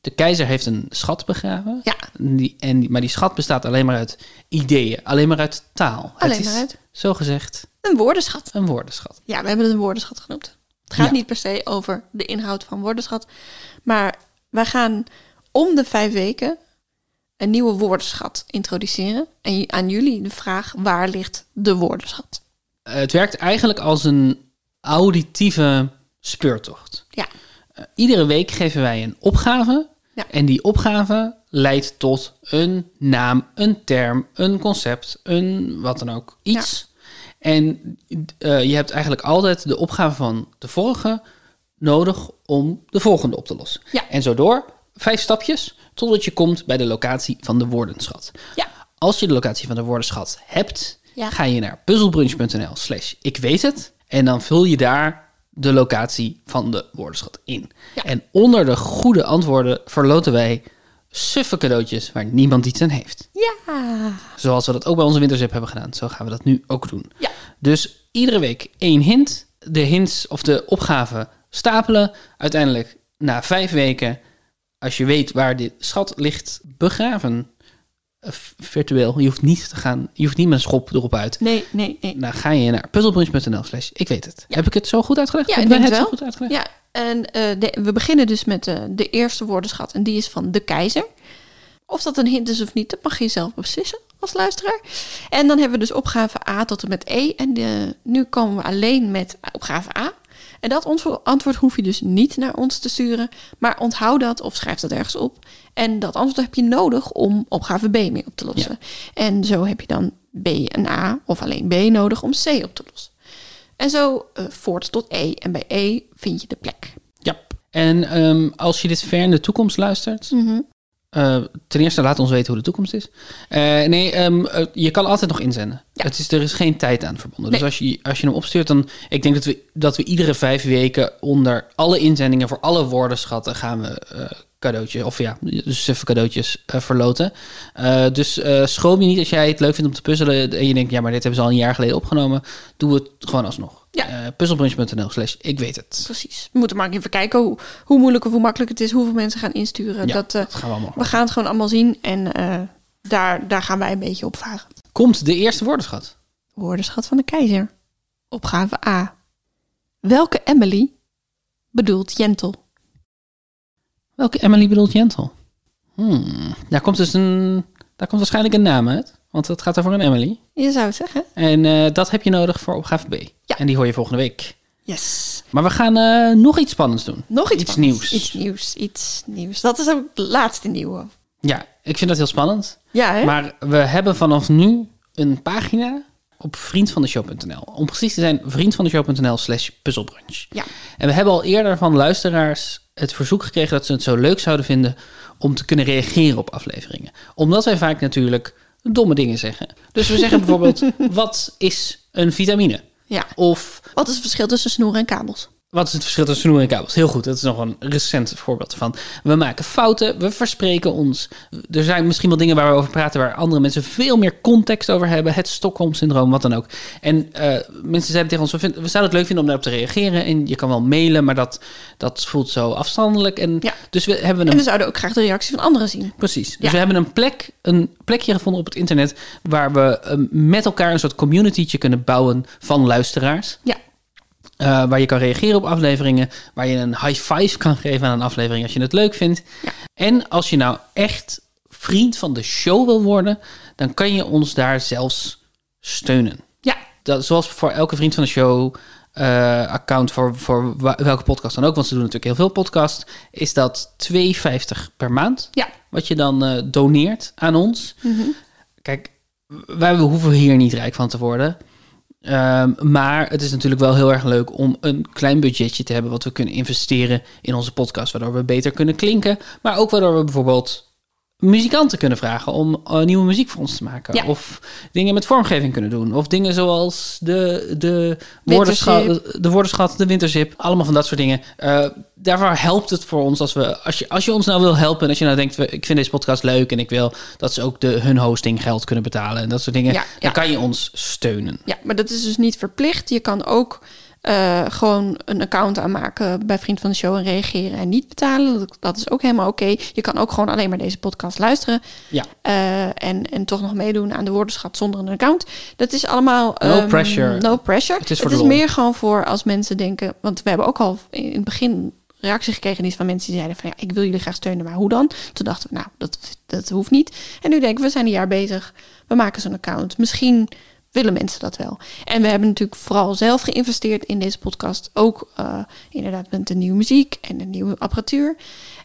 Speaker 2: De keizer heeft een schat begraven.
Speaker 1: Ja.
Speaker 2: En Die, en die- maar die schat bestaat alleen maar uit ideeën, alleen maar uit taal.
Speaker 1: Alleen
Speaker 2: Het is,
Speaker 1: maar uit.
Speaker 2: Zo gezegd,
Speaker 1: Een woordenschat.
Speaker 2: een woordenschat.
Speaker 1: Ja, we hebben het een woordenschat genoemd. Het gaat
Speaker 2: Ja.
Speaker 1: niet per se over de inhoud van woordenschat. Maar wij gaan om de vijf weken een nieuwe woordenschat introduceren. En j- aan jullie de vraag, waar ligt de woordenschat?
Speaker 2: Eh, het werkt eigenlijk als een auditieve speurtocht.
Speaker 1: Ja,
Speaker 2: Eh, iedere week geven wij een opgave.
Speaker 1: Ja.
Speaker 2: En die opgave leidt tot een naam, een term, een concept, een wat dan ook, iets. En eh, je hebt eigenlijk altijd de opgave van de vorige nodig om de volgende op te lossen.
Speaker 1: Ja.
Speaker 2: En zo door, vijf stapjes, totdat je komt bij de locatie van de woordenschat.
Speaker 1: ja,
Speaker 2: Als je de locatie van de woordenschat hebt,
Speaker 1: Ja.
Speaker 2: ga je naar puzzelbrunch.nl slash ik weet het. En dan vul je daar de locatie van de woordenschat in.
Speaker 1: Ja.
Speaker 2: En onder de goede antwoorden verloten wij suffe cadeautjes waar niemand iets aan heeft.
Speaker 1: ja.
Speaker 2: Zoals we dat ook bij onze winterzip hebben gedaan. Zo gaan we dat nu ook doen.
Speaker 1: Ja.
Speaker 2: Dus iedere week één hint. De hints of de opgaven stapelen. Uiteindelijk na vijf weken, als je weet waar dit schat ligt, begraven. Eh, v- Virtueel. Je hoeft niet te gaan. Je hoeft niet met een schop erop uit.
Speaker 1: Nee, nee, nee.
Speaker 2: Dan ga je naar puzzelbrunch.nl slash ik weet het. Heb ik het zo goed uitgelegd?
Speaker 1: Ja,
Speaker 2: Heb
Speaker 1: ik
Speaker 2: wij
Speaker 1: denk
Speaker 2: het
Speaker 1: het
Speaker 2: zo goed uitgelegd?
Speaker 1: Ja, en eh, de- we beginnen dus met eh, de eerste woordenschat. En die is van de keizer. Of dat een hint is of niet, dat mag je zelf beslissen als luisteraar. eh, En dan hebben we dus opgave A tot en met E. En de, nu komen we alleen met opgave A. En dat ontwo- antwoord hoef je dus niet naar ons te sturen, maar onthoud dat of schrijf dat ergens op. En dat antwoord heb je nodig om opgave B mee op te lossen. En zo heb je dan B en A of alleen B nodig om C op te lossen. En zo eh, voort tot E. En bij E vind je de plek.
Speaker 2: Ja. En ehm, als je dit ver in de toekomst luistert,
Speaker 1: Mhm.
Speaker 2: eh, ten eerste laat ons weten hoe de toekomst is. Eh, nee, ehm, eh, je kan altijd nog inzenden.
Speaker 1: Ja.
Speaker 2: Het is, er is geen tijd aan verbonden.
Speaker 1: Nee.
Speaker 2: Dus als je, als je hem opstuurt, dan ik denk dat we, dat we iedere vijf weken onder alle inzendingen voor alle woordenschatten gaan we eh, cadeautjes, of ja, dus even cadeautjes eh, verloten. Eh, dus eh schroom je niet als jij het leuk vindt om te puzzelen en je denkt, ja, maar dit hebben ze al een jaar geleden opgenomen. Doe het gewoon alsnog.
Speaker 1: Ja.
Speaker 2: Eh, puzzelbrunch.nl slash ik weet het.
Speaker 1: Precies. We moeten maar even kijken hoe, hoe moeilijk of hoe makkelijk het is, hoeveel mensen gaan insturen.
Speaker 2: Ja,
Speaker 1: dat, eh,
Speaker 2: dat gaan we allemaal.
Speaker 1: we gaan het gewoon allemaal zien en eh, daar, daar gaan wij een beetje op varen.
Speaker 2: Komt de eerste woordenschat?
Speaker 1: Woordenschat van de keizer. Opgave A. Welke Emily bedoelt Jentel?
Speaker 2: Welke Emily bedoelt Jentel? Hmm. Daar komt dus een. Daar komt waarschijnlijk een naam uit. Want het gaat over een Emily.
Speaker 1: Je zou het zeggen.
Speaker 2: En eh, dat heb je nodig voor opgave B.
Speaker 1: Ja.
Speaker 2: En die hoor je volgende week.
Speaker 1: Yes.
Speaker 2: Maar we gaan eh, nog iets spannends doen.
Speaker 1: Nog iets,
Speaker 2: Iets
Speaker 1: spannends.
Speaker 2: nieuws.
Speaker 1: Iets nieuws. Iets nieuws. Dat is ook het laatste nieuwe.
Speaker 2: Ja, ik vind dat heel spannend.
Speaker 1: Ja, hè?
Speaker 2: Maar we hebben vanaf nu een pagina op vriendvandeshow.nl. Om precies te zijn, vriendvandeshow.nl slash puzzelbrunch.
Speaker 1: Ja.
Speaker 2: En we hebben al eerder van luisteraars het verzoek gekregen dat ze het zo leuk zouden vinden om te kunnen reageren op afleveringen. Omdat wij vaak natuurlijk domme dingen zeggen. Dus we zeggen bijvoorbeeld, wat is een vitamine?
Speaker 1: ja.
Speaker 2: Of
Speaker 1: Wat is het verschil tussen snoeren en kabels?
Speaker 2: wat is het verschil tussen snoer en kabels? Heel goed, dat is nog een recent voorbeeld van. We maken fouten, we verspreken ons. Er zijn misschien wel dingen waar we over praten... waar andere mensen veel meer context over hebben. Het Stockholm-syndroom, wat dan ook. En eh, mensen zeiden tegen ons... We, vinden- we zouden het leuk vinden om daarop te reageren. En je kan wel mailen, maar dat, dat voelt zo afstandelijk. En
Speaker 1: Ja.
Speaker 2: Dus we hebben
Speaker 1: En
Speaker 2: een...
Speaker 1: we zouden ook graag de reactie van anderen zien.
Speaker 2: Precies. Dus
Speaker 1: Ja.
Speaker 2: we hebben een, plek, een plekje gevonden op het internet... waar we eh, met elkaar een soort communitytje kunnen bouwen van luisteraars.
Speaker 1: Ja.
Speaker 2: Eh, waar je kan reageren op afleveringen. Waar je een high five kan geven aan een aflevering als je het leuk vindt.
Speaker 1: Ja.
Speaker 2: En als je nou echt vriend van de show wil worden, dan kan je ons daar zelfs steunen.
Speaker 1: Ja.
Speaker 2: Dat, zoals voor elke vriend van de show eh, account voor, voor wa- welke podcast dan ook, want ze doen natuurlijk heel veel podcasts, is dat 2,50 per maand.
Speaker 1: Ja.
Speaker 2: Wat je dan eh, doneert aan ons. Kijk, wij hoeven hier niet rijk van te worden. Ehm, maar het is natuurlijk wel heel erg leuk om een klein budgetje te hebben wat we kunnen investeren in onze podcast, waardoor we beter kunnen klinken, maar ook waardoor we bijvoorbeeld muzikanten kunnen vragen om eh, nieuwe muziek voor ons te maken,
Speaker 1: Ja.
Speaker 2: of dingen met vormgeving kunnen doen, of dingen zoals de, de, woordenschat, eh, de woordenschat, de winterzip, allemaal van dat soort dingen. Eh, daarvoor helpt het voor ons als we, als je, als je ons nou wil helpen en als je nou denkt, we- ik vind deze podcast leuk en ik wil dat ze ook de, hun hosting geld kunnen betalen en dat soort dingen,
Speaker 1: Ja, ja.
Speaker 2: dan kan je ons steunen.
Speaker 1: Ja, maar dat is dus niet verplicht. Je kan ook eh, gewoon een account aanmaken bij Vriend van de Show en reageren en niet betalen. Dat, dat is ook helemaal oké. Je kan ook gewoon alleen maar deze podcast luisteren.
Speaker 2: Ja.
Speaker 1: eh, en, en toch nog meedoen aan de woordenschat zonder een account. Dat is allemaal...
Speaker 2: No
Speaker 1: ehm,
Speaker 2: pressure.
Speaker 1: No pressure.
Speaker 2: Het is voor de lol.
Speaker 1: meer gewoon voor als mensen denken... Want we hebben ook al in het begin reactie gekregen die is van mensen die zeiden van... ja, ik wil jullie graag steunen, maar hoe dan? Toen dachten we, nou, dat, dat hoeft niet. En nu denken we, we zijn een jaar bezig. We maken zo'n account. Misschien willen mensen dat wel. En we hebben natuurlijk vooral zelf geïnvesteerd in deze podcast. Ook eh, inderdaad met de nieuwe muziek en de nieuwe apparatuur.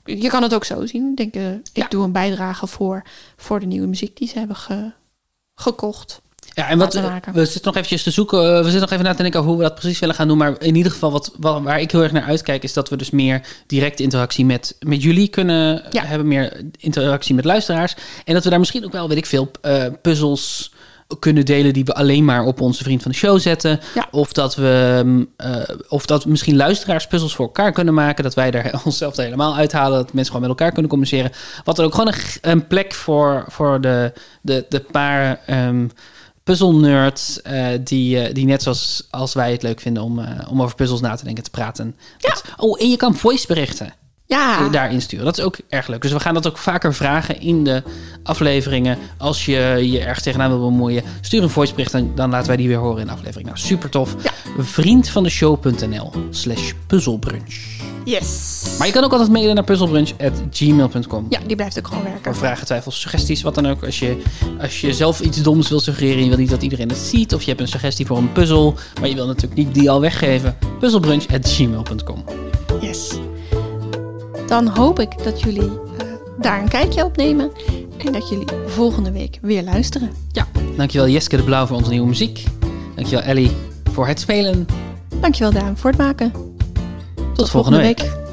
Speaker 1: Je kan het ook zo zien. Ik Denk, eh, ik
Speaker 2: Ja.
Speaker 1: doe een bijdrage voor, voor de nieuwe muziek die ze hebben ge- gekocht.
Speaker 2: Ja, en wat,
Speaker 1: laten maken.
Speaker 2: we zitten nog eventjes te zoeken. eh, we zitten nog even na te denken over hoe we dat precies willen gaan doen. Maar in ieder geval, wat, wa- waar ik heel erg naar uitkijk, is dat we dus meer directe interactie met, met jullie kunnen
Speaker 1: Ja.
Speaker 2: hebben. Meer interactie met luisteraars. En dat we daar misschien ook wel, weet ik veel, eh, puzzels kunnen delen die we alleen maar op onze vriend van de show zetten.
Speaker 1: Ja.
Speaker 2: Of dat we mm, eh, of dat misschien luisteraars puzzels voor elkaar kunnen maken. Dat wij er onszelf er helemaal uithalen. Dat mensen gewoon met elkaar kunnen communiceren. Wat er ook gewoon een, g- een plek voor, voor de, de, de paar ehm puzzelnerds eh, die, eh, die net zoals als wij het leuk vinden om, eh, om over puzzels na te denken, te praten. Dat- oh, en je kan voiceberichten
Speaker 1: Ja,
Speaker 2: eh, daarin sturen. Dat is ook erg leuk. Dus we gaan dat ook vaker vragen in de afleveringen. Als je je erg tegenaan wil bemoeien, stuur een voicebericht en dan laten wij die weer horen in de aflevering. Nou, super tof.
Speaker 1: Ja.
Speaker 2: vriendvandeshow.nl slash puzzelbrunch.
Speaker 1: Yes.
Speaker 2: Maar je kan ook altijd mailen naar puzzelbrunch.gmail.com.
Speaker 1: Ja, die blijft ook gewoon
Speaker 2: Voor
Speaker 1: werken.
Speaker 2: vragen, twijfels, suggesties, wat dan ook. Als je, als je zelf iets doms wil suggereren, je wil niet dat iedereen het ziet. Of je hebt een suggestie voor een puzzel, maar je wil natuurlijk niet die al weggeven. puzzelbrunch.gmail.com
Speaker 1: Yes. Dan hoop ik dat jullie eh, daar een kijkje op nemen. En dat jullie volgende week weer luisteren.
Speaker 2: Ja, dankjewel Jeske de Blauw voor onze nieuwe muziek. Dankjewel Ellie voor het spelen.
Speaker 1: Dankjewel Daan voor het maken.
Speaker 2: Tot volgende week.
Speaker 1: week.